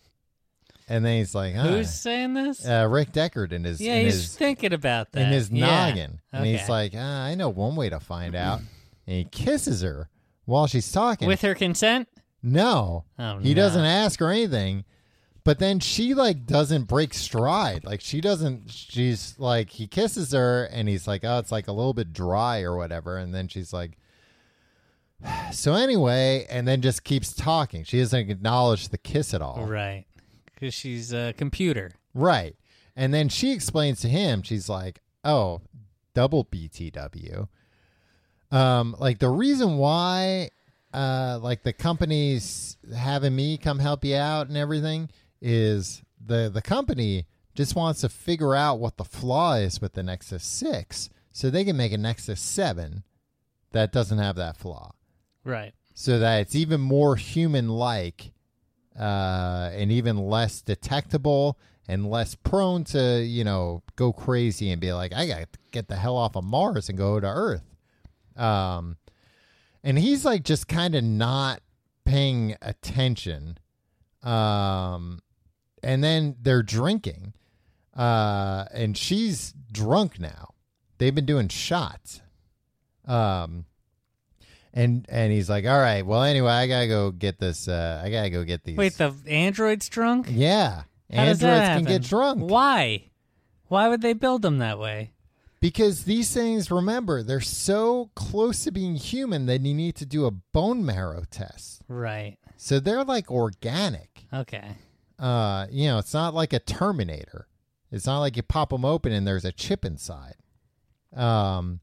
[SPEAKER 2] and then he's like, huh.
[SPEAKER 1] Who's saying this?
[SPEAKER 2] uh, Rick Deckard in his
[SPEAKER 1] yeah,
[SPEAKER 2] in
[SPEAKER 1] he's
[SPEAKER 2] his
[SPEAKER 1] thinking about that.
[SPEAKER 2] in his
[SPEAKER 1] Yeah.
[SPEAKER 2] noggin, and he's
[SPEAKER 1] Okay.
[SPEAKER 2] like, ah, "I know one way to find out." and he kisses her while she's talking.
[SPEAKER 1] with her consent.
[SPEAKER 2] no,
[SPEAKER 1] Oh,
[SPEAKER 2] he
[SPEAKER 1] no.
[SPEAKER 2] doesn't ask or anything. But then she like doesn't break stride. Like she doesn't she's like he kisses her and he's like, "Oh, it's like a little bit dry or whatever." And then she's like So anyway, and then just keeps talking. She doesn't acknowledge the kiss at all.
[SPEAKER 1] Right, because she's a computer.
[SPEAKER 2] Right. And then she explains to him, she's like, oh, double BTW. Um, like the reason why, uh, like the company's having me come help you out and everything is the the company just wants to figure out what the flaw is with the Nexus Six, so they can make a Nexus Seven that doesn't have that flaw
[SPEAKER 1] Right.
[SPEAKER 2] so that it's even more human like uh, and even less detectable and less prone to, you know, go crazy and be like, I got to get the hell off of Mars and go to Earth. Um, and he's like just kind of not paying attention. Um, and then they're drinking, uh, and she's drunk now. They've been doing shots. Um, and and he's like, "All right, well, anyway, I gotta go get this. Uh, I gotta go get these."
[SPEAKER 1] Wait, the android's drunk?
[SPEAKER 2] yeah,
[SPEAKER 1] How does
[SPEAKER 2] androids
[SPEAKER 1] that
[SPEAKER 2] can get
[SPEAKER 1] happen?
[SPEAKER 2] drunk.
[SPEAKER 1] Why? Why would they build them that way?
[SPEAKER 2] Because these things, remember, they're so close to being human that you need to do a bone marrow test.
[SPEAKER 1] Right.
[SPEAKER 2] So they're like organic.
[SPEAKER 1] Okay.
[SPEAKER 2] Uh, you know, it's not like a Terminator. It's not like you pop them open and there's a chip inside. Um,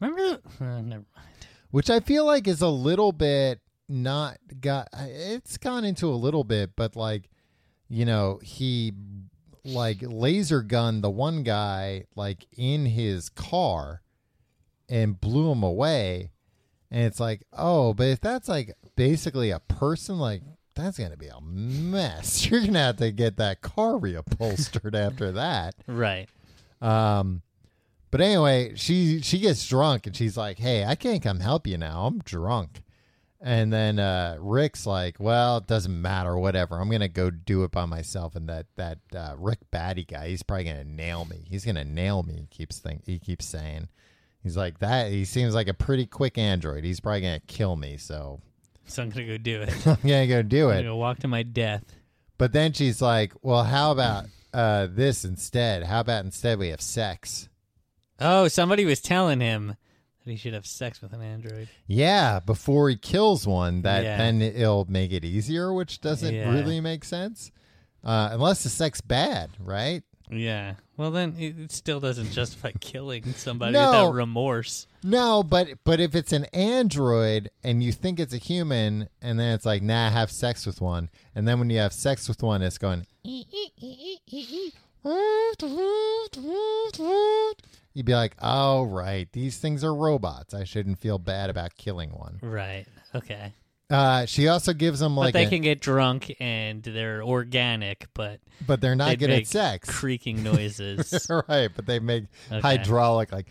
[SPEAKER 1] Remember the? Uh, never mind.
[SPEAKER 2] which I feel like is a little bit not got. It's gone into a little bit, but like, you know, he like laser gunned the one guy like in his car and blew him away, and it's like, oh, but if that's like basically a person, like. That's gonna be a mess. You're gonna have to get that car reupholstered after that.
[SPEAKER 1] Right.
[SPEAKER 2] Um, but anyway, she she gets drunk and she's like, "Hey, I can't come help you now. I'm drunk." And then uh, Rick's like, "Well, it doesn't matter. Whatever. I'm gonna go do it by myself." And that that uh, Rick Batty guy, he's probably gonna nail me. He's gonna nail me. He keeps think he keeps saying, he's like that. He seems like a pretty quick android. He's probably gonna kill me. So
[SPEAKER 1] So I'm gonna go do it.
[SPEAKER 2] I'm gonna go do
[SPEAKER 1] I'm
[SPEAKER 2] it.
[SPEAKER 1] gonna walk to my death.
[SPEAKER 2] But then she's like, "Well, how about uh, this instead? How about instead we have sex?"
[SPEAKER 1] Oh, somebody was telling him that he should have sex with an android.
[SPEAKER 2] Yeah, before he kills one, that
[SPEAKER 1] Yeah.
[SPEAKER 2] then it'll make it easier, which doesn't
[SPEAKER 1] Yeah.
[SPEAKER 2] really make sense. Uh, unless the sex bad, right?
[SPEAKER 1] Yeah. Well, then it it still doesn't justify killing somebody
[SPEAKER 2] No.
[SPEAKER 1] without remorse.
[SPEAKER 2] No, but but if it's an android and you think it's a human, and then it's like, nah, have sex with one, and then when you have sex with one, it's going. You'd be like, oh right, these things are robots. I shouldn't feel bad about killing one.
[SPEAKER 1] Right. Okay.
[SPEAKER 2] Uh, she also gives them like,
[SPEAKER 1] but they
[SPEAKER 2] a-
[SPEAKER 1] can get drunk and they're organic, but
[SPEAKER 2] but they're not
[SPEAKER 1] they'd
[SPEAKER 2] good
[SPEAKER 1] make
[SPEAKER 2] at sex.
[SPEAKER 1] creaking noises.
[SPEAKER 2] right, but they make
[SPEAKER 1] Okay.
[SPEAKER 2] hydraulic like.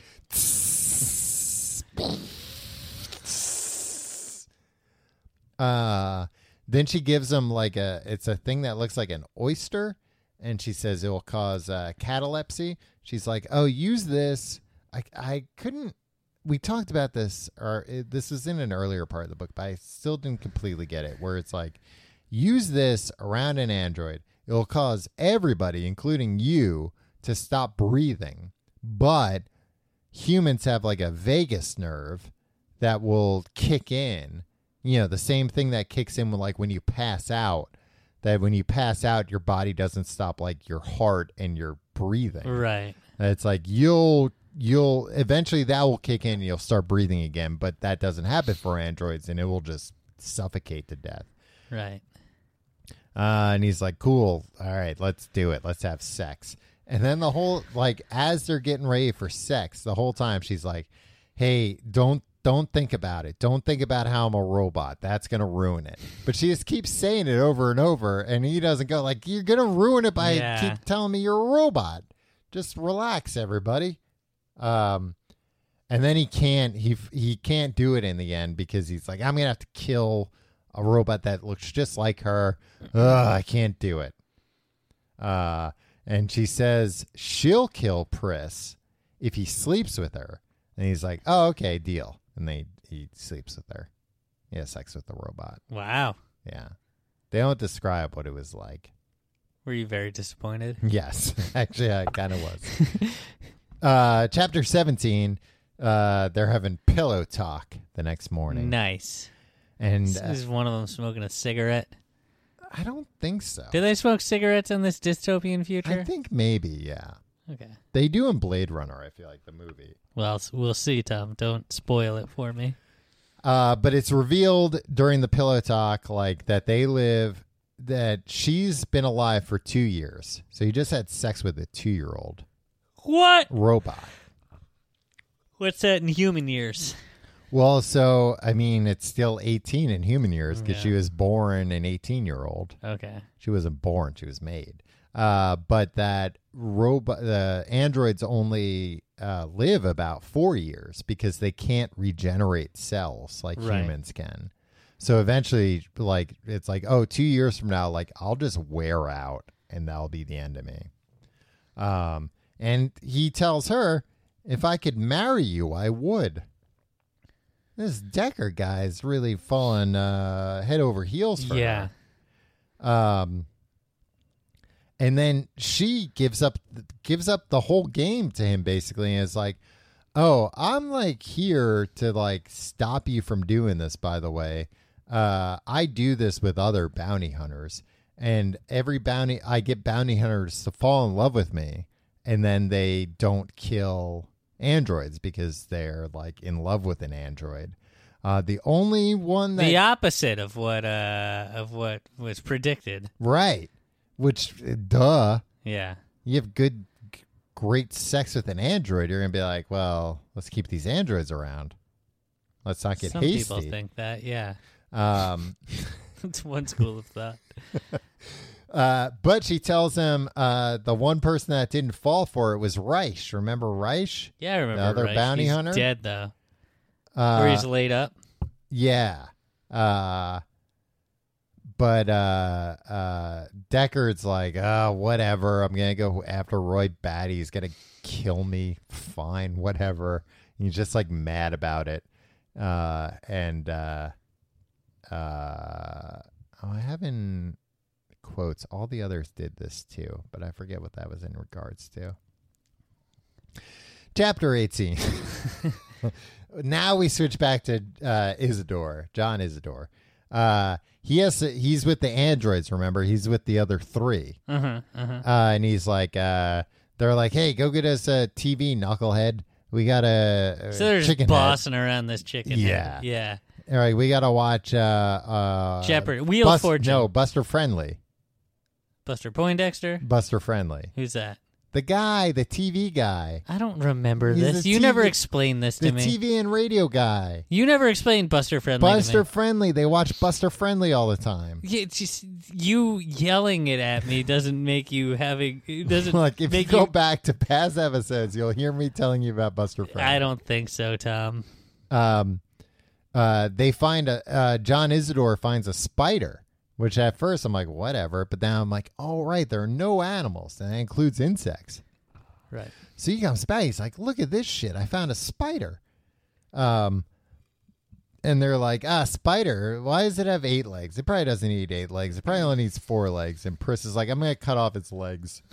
[SPEAKER 2] Uh, then she gives him like a it's a thing that looks like an oyster, and she says it will cause uh, catalepsy. She's like, "Oh, use this." I I couldn't. We talked about this, or it, this was in an earlier part of the book, but I still didn't completely get it. Where it's like, use this around an android. It will cause everybody, including you, to stop breathing. But humans have like a vagus nerve that will kick in. You know, the same thing that kicks in when, like when you pass out. That when you pass out, your body doesn't stop like your heart and your breathing.
[SPEAKER 1] right.
[SPEAKER 2] It's like you'll you'll eventually that will kick in and you'll start breathing again, but that doesn't happen for androids and it will just suffocate to death.
[SPEAKER 1] Right.
[SPEAKER 2] Uh, and he's like, "Cool, all right, let's do it. Let's have sex." And then the whole like as they're getting ready for sex, the whole time she's like, "Hey, don't don't think about it. Don't think about how I'm a robot. That's gonna ruin it." But she just keeps saying it over and over, and he doesn't go like, "You're gonna ruin it by
[SPEAKER 1] Yeah.
[SPEAKER 2] keep telling me you're a robot. Just relax, everybody." Um, and then he can't he he can't do it in the end because he's like, "I'm gonna have to kill." a robot that looks just like her. Ugh, I can't do it. Uh, and she says she'll kill Pris if he sleeps with her. And he's like, "Oh, okay, deal." And they he sleeps with her. He has sex with the robot.
[SPEAKER 1] Wow.
[SPEAKER 2] Yeah, they don't describe what it was like.
[SPEAKER 1] Were you very disappointed?
[SPEAKER 2] Yes, actually, I kind of was. uh, chapter seventeen. Uh, they're having pillow talk the next morning,
[SPEAKER 1] Nice.
[SPEAKER 2] and
[SPEAKER 1] This
[SPEAKER 2] uh,
[SPEAKER 1] is one of them smoking a cigarette.
[SPEAKER 2] I don't think so.
[SPEAKER 1] Do they smoke cigarettes in this dystopian future?
[SPEAKER 2] Oh. I think maybe, yeah.
[SPEAKER 1] okay.
[SPEAKER 2] They do in Blade Runner, I feel like the movie.
[SPEAKER 1] Well, s- we'll see, Tom. Don't spoil it for me.
[SPEAKER 2] Uh, but it's revealed during the pillow talk, like that they live that she's been alive for two years. So you just had sex with a two year old
[SPEAKER 1] What?
[SPEAKER 2] robot.
[SPEAKER 1] What's that in human years?
[SPEAKER 2] Well, so I mean, it's still eighteen in human years because
[SPEAKER 1] Yeah.
[SPEAKER 2] she was born an eighteen year old.
[SPEAKER 1] Okay.
[SPEAKER 2] She wasn't born; she was made. Uh, but that robot, the androids only uh, live about four years because they can't regenerate cells like
[SPEAKER 1] Right.
[SPEAKER 2] humans can. So eventually, like it's like, oh, two years from now, like I'll just wear out, and that'll be the end of me. Um, and he tells her, if I could marry you, I would. This Decker guy is really falling uh, head over heels for
[SPEAKER 1] yeah.
[SPEAKER 2] her. Um, and then she gives up gives up the whole game to him basically, and is like, "Oh, I'm like here to like stop you from doing this." By the way, uh, I do this with other bounty hunters, and every bounty I get bounty hunters to fall in love with me, and then they don't kill androids because they're like in love with an android. Uh, the only one that
[SPEAKER 1] The opposite of what uh of what was predicted.
[SPEAKER 2] Right. Which, duh.
[SPEAKER 1] Yeah.
[SPEAKER 2] You have good, g- great sex with an android. You're going to be like, well, let's keep these androids around. Let's not get
[SPEAKER 1] Some
[SPEAKER 2] hasty.
[SPEAKER 1] people think that. Yeah.
[SPEAKER 2] Um,
[SPEAKER 1] It's one school of thought.
[SPEAKER 2] uh, but she tells him uh, the one person that didn't fall for it was Reich. Remember Reich?
[SPEAKER 1] Yeah, I remember.
[SPEAKER 2] other
[SPEAKER 1] Reich.
[SPEAKER 2] bounty
[SPEAKER 1] He's
[SPEAKER 2] hunter?
[SPEAKER 1] dead though, or
[SPEAKER 2] Uh,
[SPEAKER 1] he's laid up.
[SPEAKER 2] yeah. Uh, but uh, uh, Deckard's like, ah, whatever. I'm gonna go after Roy Batty. He's gonna kill me. Fine, whatever. He's just like mad about it. Uh, and uh, uh, oh, I have in quotes. All the others did this too, but I forget what that was in regards to. Chapter 18. now we switch back to uh, Isidore, John Isidore. Uh, he has to, he's with the androids. Remember, he's with the other three,
[SPEAKER 1] Uh huh. Uh huh.
[SPEAKER 2] uh, and he's like, uh, they're like, hey, go get us a TV, knucklehead. We got a
[SPEAKER 1] So they're just
[SPEAKER 2] uh, chicken
[SPEAKER 1] bossing around this chicken.
[SPEAKER 2] Yeah.
[SPEAKER 1] head. Yeah.
[SPEAKER 2] Head. All right, we gotta watch uh, uh,
[SPEAKER 1] Jeopardy. Wheel
[SPEAKER 2] Bus-
[SPEAKER 1] of Fortune.
[SPEAKER 2] No, Buster Friendly.
[SPEAKER 1] Buster Poindexter.
[SPEAKER 2] Buster Friendly.
[SPEAKER 1] Who's that?
[SPEAKER 2] The guy, the TV guy,
[SPEAKER 1] I don't remember
[SPEAKER 2] He's
[SPEAKER 1] this.
[SPEAKER 2] the
[SPEAKER 1] You never
[SPEAKER 2] TV
[SPEAKER 1] explained this to
[SPEAKER 2] the
[SPEAKER 1] me.
[SPEAKER 2] TV and radio guy.
[SPEAKER 1] You never explained Buster Friendly. to me.
[SPEAKER 2] Buster Friendly. They watch Buster Friendly all the time.
[SPEAKER 1] Yeah, it's just you yelling it at me doesn't make you having. It doesn't
[SPEAKER 2] Look, if you
[SPEAKER 1] make
[SPEAKER 2] go back to past episodes, you'll hear me telling you about Buster Friendly.
[SPEAKER 1] I don't think so, Tom.
[SPEAKER 2] Um, uh, they find a uh, John Isidore finds a spider, which at first I'm like, whatever, but now I'm like, all right, there are no animals, and that includes insects.
[SPEAKER 1] Right.
[SPEAKER 2] So he comes back. He's like, "Look at this shit! I found a spider." Um, and they're like, "Ah, spider! Why does it have eight legs? It probably doesn't need eight legs. It probably only needs four legs." And Priss is like, "I'm gonna cut off its legs."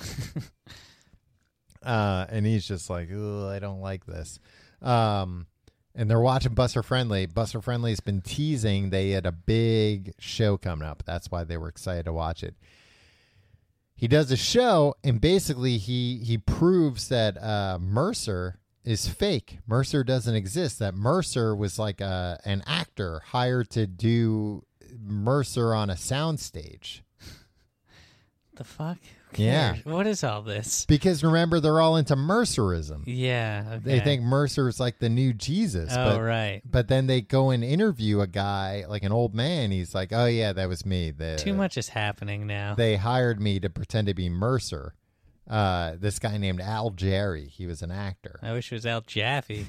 [SPEAKER 2] uh, and he's just like, "Ugh, "I don't like this." Um, and they're watching Buster Friendly. Buster Friendly's been teasing they had a big show coming up. That's why they were excited to watch it he does a show and basically he he proves that uh, Mercer is fake. Mercer doesn't exist. That Mercer was like a, an actor hired to do Mercer on a soundstage.
[SPEAKER 1] The fuck? Who
[SPEAKER 2] Yeah.
[SPEAKER 1] cares? What is all this?
[SPEAKER 2] Because remember, they're all into Mercerism.
[SPEAKER 1] Yeah. Okay.
[SPEAKER 2] They think Mercer is like the new Jesus.
[SPEAKER 1] Oh
[SPEAKER 2] but,
[SPEAKER 1] right.
[SPEAKER 2] but then they go and interview a guy, like an old man. He's like, oh, yeah, that was me. The,
[SPEAKER 1] Too much is happening now.
[SPEAKER 2] they hired me to pretend to be Mercer. Uh, this guy named Al Jerry. He was an actor.
[SPEAKER 1] I wish it was Al Jaffe.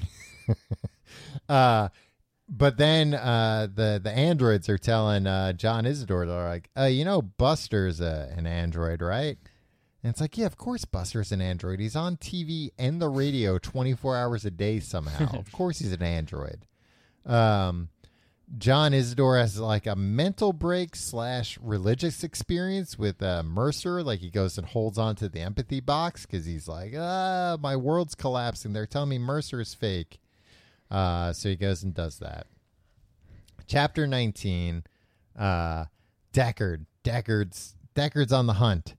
[SPEAKER 2] Uh, but then uh, the the androids are telling uh, John Isidore they're like, uh, you know, Buster's a, an android, right? And it's like, yeah, of course, Buster's an android. He's on TV and the radio twenty four hours a day somehow. of course, he's an android. Um, John Isidore has like a mental break slash religious experience with uh, Mercer. Like he goes and holds on to the empathy box because he's like, ah, my world's collapsing. They're telling me Mercer is fake. Uh, so he goes and does that. Chapter 19, uh, Deckard. Deckard's Deckard's on the hunt.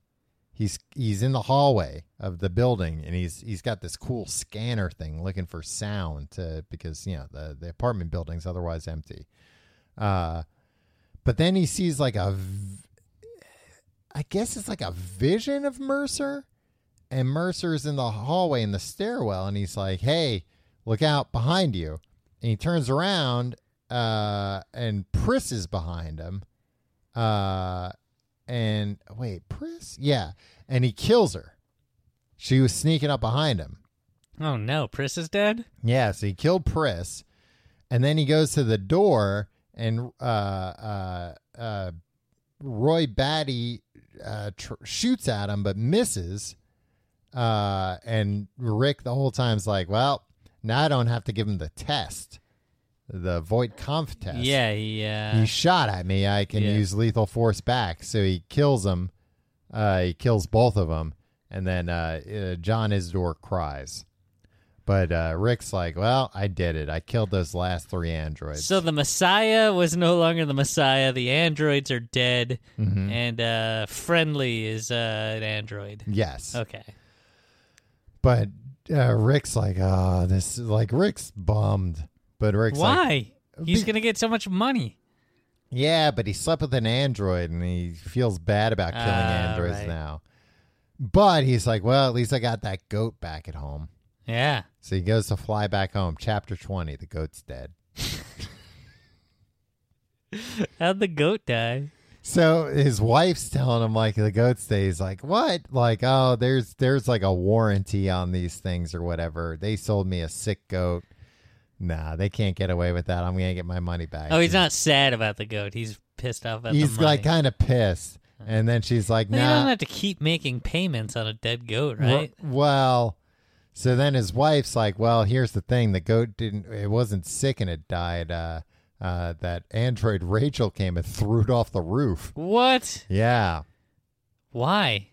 [SPEAKER 2] He's he's in the hallway of the building and he's he's got this cool scanner thing looking for sound to because you know the, the apartment building's otherwise empty. Uh but then he sees like a v- I guess it's like a vision of Mercer and Mercer's in the hallway in the stairwell, and he's like, "Hey, look out behind you!" And he turns around, uh, and Priss is behind him. Uh, and wait, Priss, yeah, and he kills her. She was sneaking up behind him.
[SPEAKER 1] Oh no, Pris is dead.
[SPEAKER 2] Yeah, so he killed Priss, and then he goes to the door and uh, uh, uh, Roy Batty uh, tr- shoots at him but misses. Uh, and Rick the whole time's like, well, now I don't have to give him the test, the void conf test.
[SPEAKER 1] Yeah, uh, yeah.
[SPEAKER 2] He shot at me. I can
[SPEAKER 1] Yeah.
[SPEAKER 2] use lethal force back. So he kills him. Uh, he kills both of them. And then uh, uh, John Isidore cries. But uh, Rick's like, well, I did it. I killed those last three androids.
[SPEAKER 1] So the Messiah was no longer the Messiah. The androids are dead,
[SPEAKER 2] Mhm.
[SPEAKER 1] and uh, Friendly is uh, an android.
[SPEAKER 2] yes.
[SPEAKER 1] Okay.
[SPEAKER 2] But uh, Rick's like, oh, this is like, Rick's bummed. But Rick's like,
[SPEAKER 1] Why? He's
[SPEAKER 2] Be-
[SPEAKER 1] gonna get so much money.
[SPEAKER 2] Yeah, but he slept with an android and he feels bad about killing
[SPEAKER 1] Ah,
[SPEAKER 2] androids
[SPEAKER 1] right.
[SPEAKER 2] now. But he's like, well, at least I got that goat back at home.
[SPEAKER 1] Yeah.
[SPEAKER 2] So he goes to fly back home. Chapter 20 The goat's dead.
[SPEAKER 1] How'd the goat die?
[SPEAKER 2] So his wife's telling him, like, the goat's dead. He's like, what? Like, oh, there's there's like a warranty on these things or whatever. They sold me a sick goat. Nah, they can't get away with that. I'm going to get my money back.
[SPEAKER 1] Oh, he's not sad about the goat. He's pissed off about
[SPEAKER 2] He's
[SPEAKER 1] the money.
[SPEAKER 2] like kind of pissed. And then she's like,
[SPEAKER 1] Well,
[SPEAKER 2] nah.
[SPEAKER 1] You don't have to keep making payments on a dead goat,
[SPEAKER 2] Ru-
[SPEAKER 1] right?
[SPEAKER 2] Well, so then his wife's like, "Well, here's the thing: the goat didn't. It wasn't sick, and it died. Uh, uh, that android Rachel came and threw it off the roof.
[SPEAKER 1] What?
[SPEAKER 2] Yeah,
[SPEAKER 1] Why?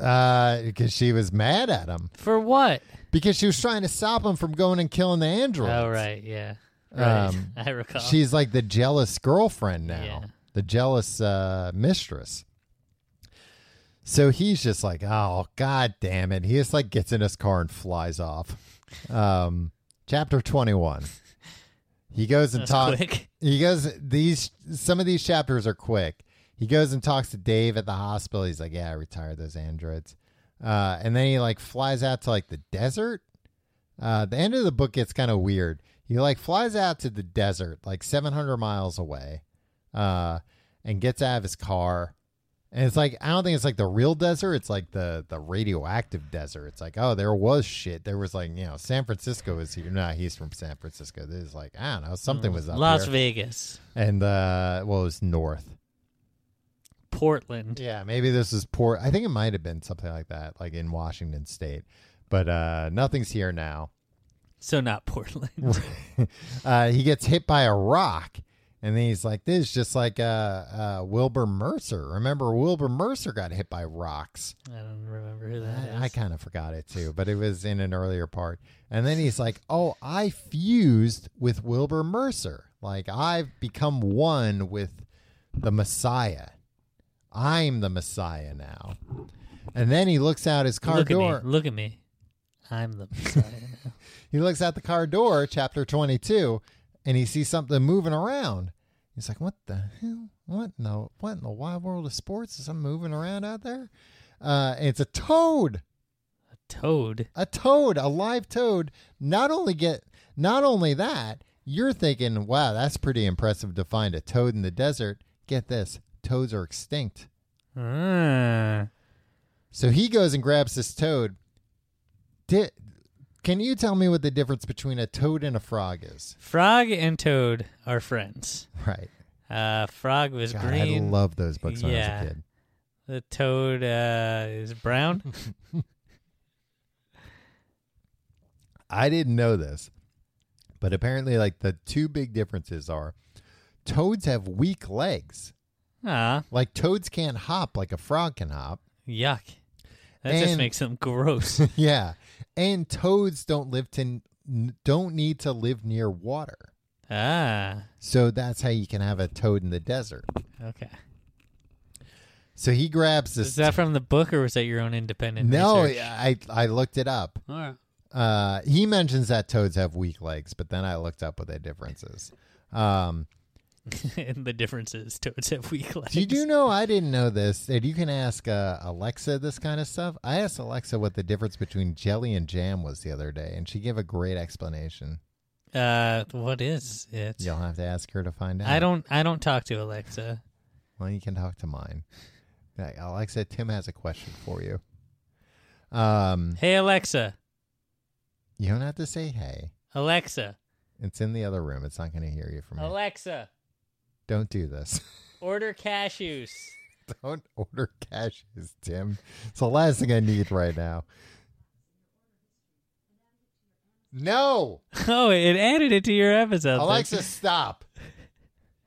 [SPEAKER 2] Uh, because she was mad at him
[SPEAKER 1] For what?
[SPEAKER 2] because she was trying to stop him from going and killing the androids.
[SPEAKER 1] Oh, right. Yeah. Right.
[SPEAKER 2] Um,
[SPEAKER 1] I recall.
[SPEAKER 2] She's like the jealous girlfriend now,
[SPEAKER 1] Yeah.
[SPEAKER 2] the jealous uh, mistress. So he's just like, oh god damn it! He just like gets in his car and flies off. Um, chapter twenty one. He goes and
[SPEAKER 1] That's
[SPEAKER 2] talks.
[SPEAKER 1] quick.
[SPEAKER 2] He goes these. Some of these chapters are quick. He goes and talks to Dave at the hospital. He's like, yeah, I retired those androids. Uh, and then he like flies out to like the desert. Uh, the end of the book gets kind of weird. He like flies out to the desert, like 700 miles away, uh, and gets out of his car. And it's like I don't think it's like the real desert. It's like the the radioactive desert. It's like oh, there was shit. There was like you know, San Francisco is here. No, he's from San Francisco. This is like I don't know, something was up
[SPEAKER 1] Las
[SPEAKER 2] here.
[SPEAKER 1] Vegas,
[SPEAKER 2] and uh, well, it was north.
[SPEAKER 1] Portland.
[SPEAKER 2] Yeah, maybe this is poor. I think it might have been something like that, like in Washington State. But uh, nothing's here now.
[SPEAKER 1] So not Portland.
[SPEAKER 2] uh, he gets hit by a rock, and then he's like, "This is just like uh, uh, Wilbur Mercer." Remember, Wilbur Mercer got hit by rocks.
[SPEAKER 1] I don't remember who that is.
[SPEAKER 2] I, I kind of forgot it too, but it was in an earlier part. And then he's like, "Oh, I fused with Wilbur Mercer. Like I've become one with the Messiah. I'm the Messiah now." And then he looks out his car
[SPEAKER 1] Look
[SPEAKER 2] door.
[SPEAKER 1] at me. Look at me. I'm the Messiah. now.
[SPEAKER 2] He looks out the car door, chapter 22, and he sees something moving around. He's like, "What the hell? What in the what in the wide world of sports is something moving around out there?" Uh, and it's a toad,
[SPEAKER 1] Toad.
[SPEAKER 2] a toad, a live toad. Not only get, not only that, you're thinking, "Wow, that's pretty impressive to find a toad in the desert." Get this, toads are extinct.
[SPEAKER 1] Ah.
[SPEAKER 2] So he goes and grabs this toad. Di- can you tell me what the difference between a toad and a frog is?
[SPEAKER 1] Frog and Toad are friends.
[SPEAKER 2] Right.
[SPEAKER 1] Uh, Frog was
[SPEAKER 2] God, I
[SPEAKER 1] green.
[SPEAKER 2] love those books when I
[SPEAKER 1] Yeah.
[SPEAKER 2] was a kid.
[SPEAKER 1] the Toad uh, is brown.
[SPEAKER 2] I didn't know this, but apparently, like the two big differences are toads have weak legs.
[SPEAKER 1] Ah,
[SPEAKER 2] Like toads can't hop like a frog can hop.
[SPEAKER 1] yuck. That just
[SPEAKER 2] And-
[SPEAKER 1] makes them gross.
[SPEAKER 2] yeah, and toads don't live to n- don't need to live near water.
[SPEAKER 1] ah,
[SPEAKER 2] So that's how you can have a toad in the desert.
[SPEAKER 1] okay.
[SPEAKER 2] So he grabs this.
[SPEAKER 1] Is that from the book or was that your own independent
[SPEAKER 2] no,
[SPEAKER 1] research?
[SPEAKER 2] I I looked it up.
[SPEAKER 1] All right.
[SPEAKER 2] uh, he mentions that toads have weak legs, but then I looked up what the difference is. Um,
[SPEAKER 1] and the difference is toads have weak legs.
[SPEAKER 2] did you know I didn't know this? That you can ask uh, Alexa this kind of stuff. I asked Alexa what the difference between jelly and jam was the other day, and she gave a great explanation.
[SPEAKER 1] Uh, what is it?
[SPEAKER 2] You'll have to ask her to find out.
[SPEAKER 1] I don't. I don't talk to Alexa.
[SPEAKER 2] Well, you can talk to mine. uh, Hey, Alexa, Tim has a question for you. Um,
[SPEAKER 1] Hey Alexa,
[SPEAKER 2] you don't have to say hey.
[SPEAKER 1] Alexa,
[SPEAKER 2] It's in the other room. It's not going to hear you from
[SPEAKER 1] Oh.
[SPEAKER 2] me.
[SPEAKER 1] Alexa,
[SPEAKER 2] Don't do this.
[SPEAKER 1] order cashews.
[SPEAKER 2] Don't order cashews, Tim. It's the last thing I need right now. No,
[SPEAKER 1] Oh, it added it to your episode.
[SPEAKER 2] Alexa, stop.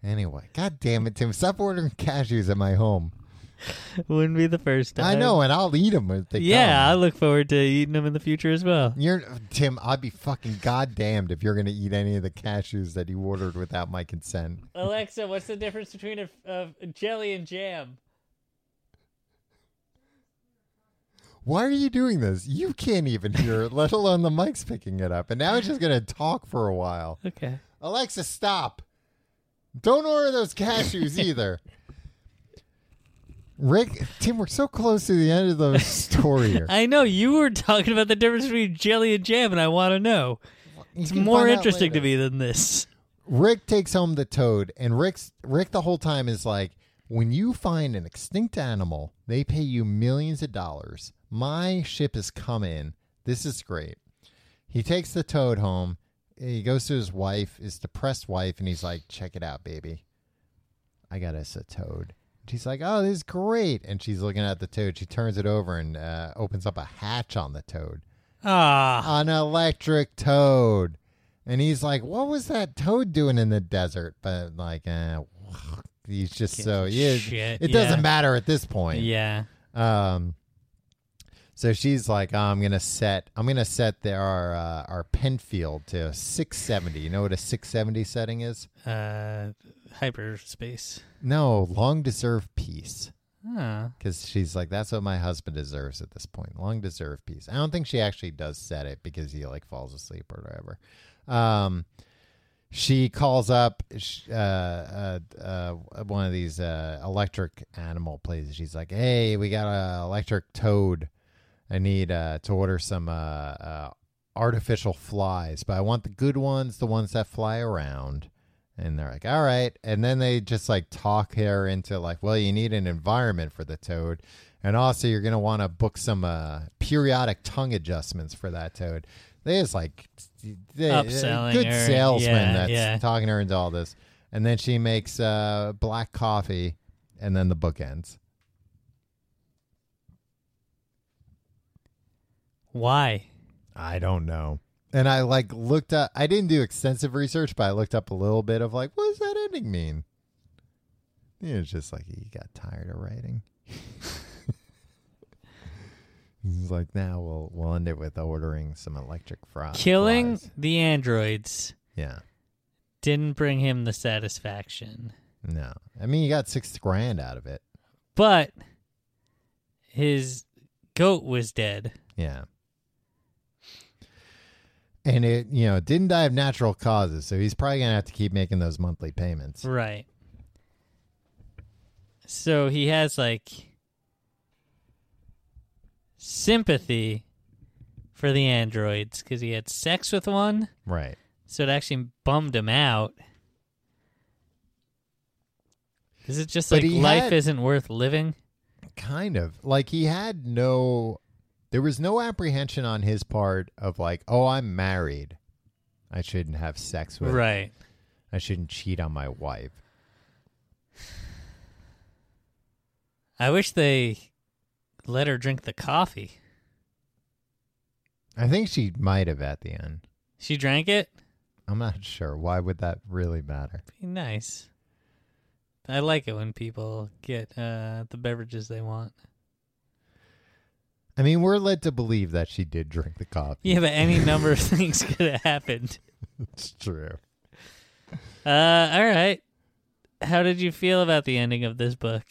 [SPEAKER 2] Anyway, god damn it, Tim, stop ordering cashews at my home.
[SPEAKER 1] wouldn't be the first time.
[SPEAKER 2] I know, and I'll eat them if they
[SPEAKER 1] Yeah, I
[SPEAKER 2] come.
[SPEAKER 1] look forward to eating them in the future as well.
[SPEAKER 2] You're Tim. I'd be fucking goddamned if you're gonna eat any of the cashews that you ordered without my consent.
[SPEAKER 1] Alexa, what's the difference between a, a jelly and jam?
[SPEAKER 2] Why are you doing this? You can't even hear it, let alone the mic's picking it up. And now it's just gonna talk for a while.
[SPEAKER 1] Okay.
[SPEAKER 2] Alexa, stop. Don't order those cashews either. Rick, Tim, we're so close to the end of the story here.
[SPEAKER 1] I know you were talking about the difference between jelly and jam, and I want to know.
[SPEAKER 2] You
[SPEAKER 1] It's
[SPEAKER 2] can
[SPEAKER 1] more
[SPEAKER 2] find out
[SPEAKER 1] interesting to
[SPEAKER 2] later.
[SPEAKER 1] me than this.
[SPEAKER 2] Rick takes home the toad, and Rick's Rick the whole time is like, when you find an extinct animal, they pay you millions of dollars. My ship has come in. This is great. He takes the toad home. He goes to his wife, his depressed wife, and he's like, check it out, baby. I got us a toad. And She's like, oh, this is great. And she's looking at the toad. She turns it over and uh, opens up a hatch on the toad
[SPEAKER 1] Ah,
[SPEAKER 2] an electric toad. And he's like, what was that toad doing in the desert? But like, eh, he's just so, yeah,
[SPEAKER 1] Shit,
[SPEAKER 2] it
[SPEAKER 1] yeah.
[SPEAKER 2] doesn't matter at this point.
[SPEAKER 1] yeah.
[SPEAKER 2] Um, so she's like, oh, I'm going to set, I'm going to set the, our, uh, our Penfield to 670. You know what a 670 setting is?
[SPEAKER 1] Uh, hyperspace. Ah.
[SPEAKER 2] No, long deserved peace.
[SPEAKER 1] Huh.
[SPEAKER 2] Because she's like, that's what my husband deserves at this point. Long deserved peace. I don't think she actually does set it because he like falls asleep or whatever. Um, she calls up sh- uh, uh, uh, one of these uh, electric animal places. She's like, hey, we got a electric toad. I need uh, to order some uh, uh, artificial flies, but I want the good ones, the ones that fly around. And they're like, all right. And then they just like talk her into like, well, you need an environment for the toad. And also, you're going to want to book some uh, periodic tongue adjustments for that toad. They just like, they, uh,
[SPEAKER 1] Upselling
[SPEAKER 2] good
[SPEAKER 1] her.
[SPEAKER 2] salesman
[SPEAKER 1] Yeah,
[SPEAKER 2] that's
[SPEAKER 1] yeah.
[SPEAKER 2] talking her into all this. And then she makes uh, black coffee, and then the book ends.
[SPEAKER 1] Why?
[SPEAKER 2] I don't know. And I like looked up. I didn't do extensive research, but I looked up a little bit of like, what does that ending mean? Yeah, It's just like he got tired of writing. He's like, now we'll we'll end it with ordering some electric
[SPEAKER 1] Uh,
[SPEAKER 2] fries.
[SPEAKER 1] Killing
[SPEAKER 2] flies."
[SPEAKER 1] the androids
[SPEAKER 2] Yeah.
[SPEAKER 1] didn't bring him the satisfaction,
[SPEAKER 2] No. I mean, you got six grand out of it.
[SPEAKER 1] but his goat was dead.
[SPEAKER 2] Yeah. And it, you know, didn't die of natural causes, so he's probably gonna have to keep making those monthly payments.
[SPEAKER 1] Right. So he has like sympathy for the androids because he had sex with one,
[SPEAKER 2] Right.
[SPEAKER 1] so it actually bummed him out. Is it just
[SPEAKER 2] But
[SPEAKER 1] like
[SPEAKER 2] he
[SPEAKER 1] life
[SPEAKER 2] had-
[SPEAKER 1] isn't worth living?
[SPEAKER 2] kind of like he had no there was no apprehension on his part of like oh i'm married i shouldn't have sex with
[SPEAKER 1] Right.
[SPEAKER 2] i shouldn't cheat on my wife
[SPEAKER 1] I wish they let her drink the coffee.
[SPEAKER 2] i think she might have at the end
[SPEAKER 1] She drank it?
[SPEAKER 2] i'm not sure why would that really matter
[SPEAKER 1] Be nice. I like it when people get uh, the beverages they want.
[SPEAKER 2] i mean we're led to believe that she did drink the coffee
[SPEAKER 1] Yeah, but any number of things could have happened.
[SPEAKER 2] it's true
[SPEAKER 1] Uh, all right. How did you feel about the ending of this book?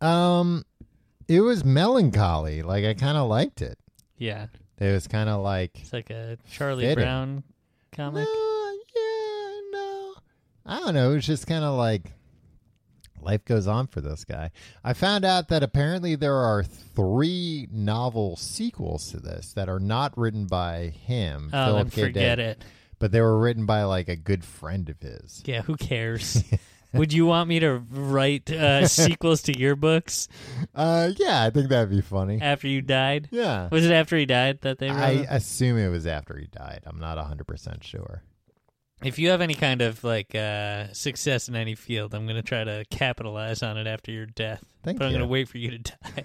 [SPEAKER 2] um it was melancholy like i kind of liked it
[SPEAKER 1] Yeah,
[SPEAKER 2] it was kind of like
[SPEAKER 1] it's like a Charlie
[SPEAKER 2] Fitting.
[SPEAKER 1] Brown comic.
[SPEAKER 2] No, yeah, no. I don't know. It was just kind of like life goes on for this guy. I found out that apparently there are three novel sequels to this that are not written by him.
[SPEAKER 1] oh, and
[SPEAKER 2] K. Dick,
[SPEAKER 1] forget it.
[SPEAKER 2] But they were written by like a good friend of his.
[SPEAKER 1] Yeah, who cares? Would you want me to write uh, sequels to your books
[SPEAKER 2] Uh, yeah, I think that'd be funny.
[SPEAKER 1] after you died?
[SPEAKER 2] Yeah.
[SPEAKER 1] Was it after he died that they wrote?
[SPEAKER 2] I
[SPEAKER 1] them?
[SPEAKER 2] assume it was after he died. I'm not 100% sure.
[SPEAKER 1] if you have any kind of like uh, success in any field, I'm going to try to capitalize on it after your death.
[SPEAKER 2] Thank
[SPEAKER 1] but I'm going
[SPEAKER 2] you.
[SPEAKER 1] to wait for you to die.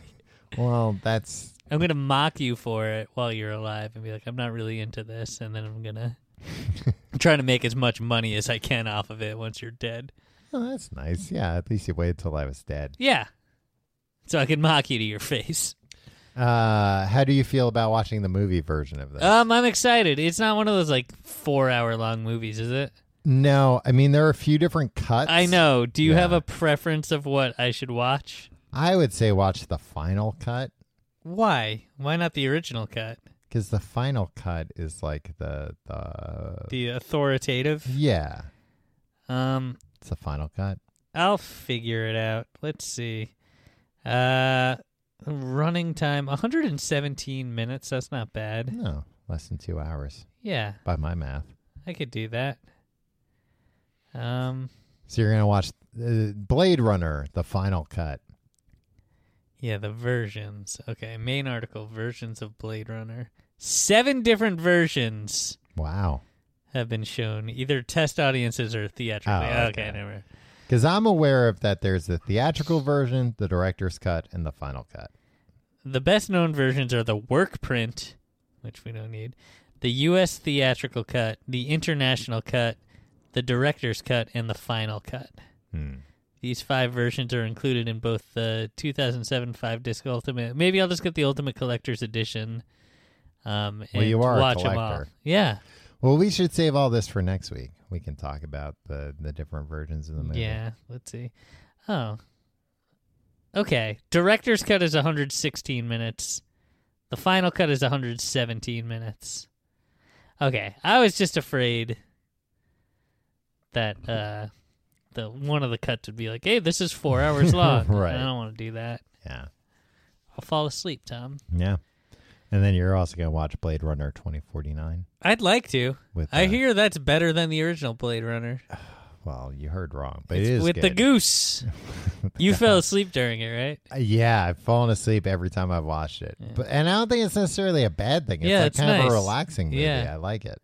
[SPEAKER 2] Well, that's
[SPEAKER 1] I'm going to mock you for it while you're alive and be like, I'm not really into this. And then I'm going to try to make as much money as I can off of it once you're dead.
[SPEAKER 2] oh, that's nice. Yeah, at least you waited till I was dead.
[SPEAKER 1] Yeah. So I can mock you to your face.
[SPEAKER 2] Uh, how do you feel about watching the movie version of this?
[SPEAKER 1] Um, I'm excited. It's not one of those like four hour long movies, is it?
[SPEAKER 2] no, I mean there are a few different cuts.
[SPEAKER 1] I know. Do you have
[SPEAKER 2] Yeah.
[SPEAKER 1] a preference of what I should watch?
[SPEAKER 2] I would say watch the final cut
[SPEAKER 1] Why? Why not the original cut?
[SPEAKER 2] because the final cut is like the the
[SPEAKER 1] The authoritative?
[SPEAKER 2] yeah,
[SPEAKER 1] Um,
[SPEAKER 2] it's the final cut.
[SPEAKER 1] I'll figure it out. Let's see. Uh, running time 117 minutes. That's not bad.
[SPEAKER 2] No, less than two hours
[SPEAKER 1] Yeah,
[SPEAKER 2] by my math.
[SPEAKER 1] I could do that. Um,
[SPEAKER 2] So you're gonna watch uh, Blade Runner, the final cut.
[SPEAKER 1] yeah, the versions. Okay, main article versions of Blade Runner. Seven different versions
[SPEAKER 2] Wow.
[SPEAKER 1] have been shown, either test audiences or theatrically.
[SPEAKER 2] Oh,
[SPEAKER 1] okay.
[SPEAKER 2] okay.
[SPEAKER 1] never.
[SPEAKER 2] Because I'm aware of that. There's the theatrical version, the director's cut, and the final cut.
[SPEAKER 1] The best known versions are the work print, which we don't need, the U.S. theatrical cut, the international cut, the director's cut, and the final cut.
[SPEAKER 2] Hmm.
[SPEAKER 1] These five versions are included in both the 2007 five disc ultimate. Maybe I'll just get the ultimate collector's edition. Um, and
[SPEAKER 2] Well, you are a
[SPEAKER 1] watch 'em all.
[SPEAKER 2] collector.
[SPEAKER 1] Yeah,
[SPEAKER 2] Well, we should save all this for next week. We can talk about the the different versions of the movie.
[SPEAKER 1] yeah. Let's see. Oh, okay. Director's cut is 116 minutes. The final cut is 117 minutes. Okay, I was just afraid that uh, the one of the cuts would be like, "Hey, this is four hours long."
[SPEAKER 2] Right.
[SPEAKER 1] I don't want to do that.
[SPEAKER 2] Yeah.
[SPEAKER 1] I'll fall asleep, Tom.
[SPEAKER 2] Yeah. And then you're also gonna watch Blade Runner 2049
[SPEAKER 1] I'd like to.
[SPEAKER 2] with.
[SPEAKER 1] I
[SPEAKER 2] uh,
[SPEAKER 1] hear that's better than the original Blade Runner.
[SPEAKER 2] Well, you heard wrong, but
[SPEAKER 1] It's
[SPEAKER 2] it is
[SPEAKER 1] with the
[SPEAKER 2] good.
[SPEAKER 1] goose. you fell asleep during it, right?
[SPEAKER 2] Uh, Yeah, I've fallen asleep every time I've watched it,
[SPEAKER 1] Yeah.
[SPEAKER 2] but and I don't think it's necessarily a bad thing. It's
[SPEAKER 1] Yeah,
[SPEAKER 2] like
[SPEAKER 1] it's
[SPEAKER 2] kind of
[SPEAKER 1] nice.
[SPEAKER 2] a relaxing movie.
[SPEAKER 1] Yeah.
[SPEAKER 2] I like it.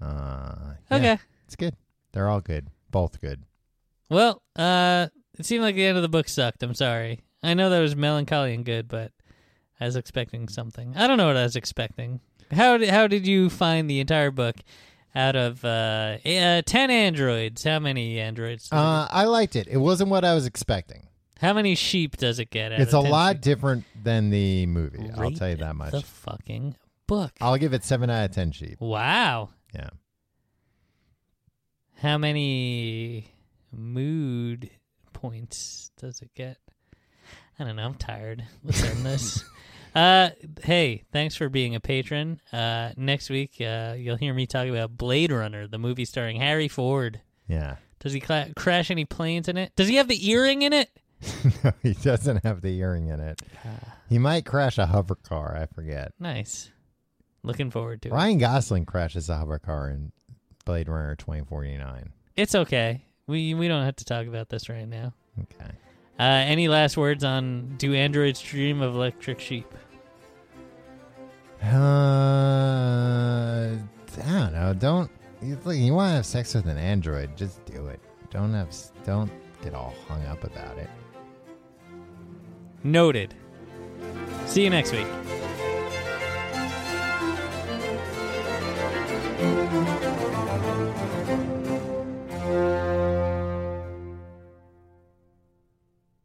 [SPEAKER 2] Uh, yeah,
[SPEAKER 1] Okay.
[SPEAKER 2] it's good. They're all good. Both good.
[SPEAKER 1] Well, uh, it seemed like the end of the book sucked. I'm sorry. I know that was melancholy and good, but I was expecting something. I don't know what I was expecting. How did, how did you find the entire book out of uh, eh, uh, 10 androids? How many androids? does it
[SPEAKER 2] Uh, I liked it. It wasn't what I was expecting.
[SPEAKER 1] get? how many sheep does it get? Out
[SPEAKER 2] It's a
[SPEAKER 1] of 10
[SPEAKER 2] lot
[SPEAKER 1] sheep?
[SPEAKER 2] different than the movie. I'll tell you
[SPEAKER 1] Read
[SPEAKER 2] that much.
[SPEAKER 1] The fucking book.
[SPEAKER 2] I'll give it seven out of ten sheep.
[SPEAKER 1] wow.
[SPEAKER 2] Yeah.
[SPEAKER 1] How many mood points does it get? I don't know. I'm tired. Let's end this. Uh, hey, thanks for being a patron. Uh, next week, uh, you'll hear me talk about Blade Runner, the movie starring Harry Ford.
[SPEAKER 2] Yeah.
[SPEAKER 1] Does he cla crash any planes in it? Does he have the earring in it?
[SPEAKER 2] no, he doesn't have the earring in it. He might crash a hover car. I forget.
[SPEAKER 1] Nice. Looking forward to
[SPEAKER 2] Ryan Gosling crashes a hover car in Blade Runner 2049.
[SPEAKER 1] it. It's okay. We we don't have to talk about this right now.
[SPEAKER 2] Okay.
[SPEAKER 1] Uh, any last words on do androids dream of electric sheep?
[SPEAKER 2] Uh, I don't know. Don't you, look, you want to have sex with an android? Just do it. Don't have. s- Don't get all hung up about it.
[SPEAKER 1] Noted. See you next week.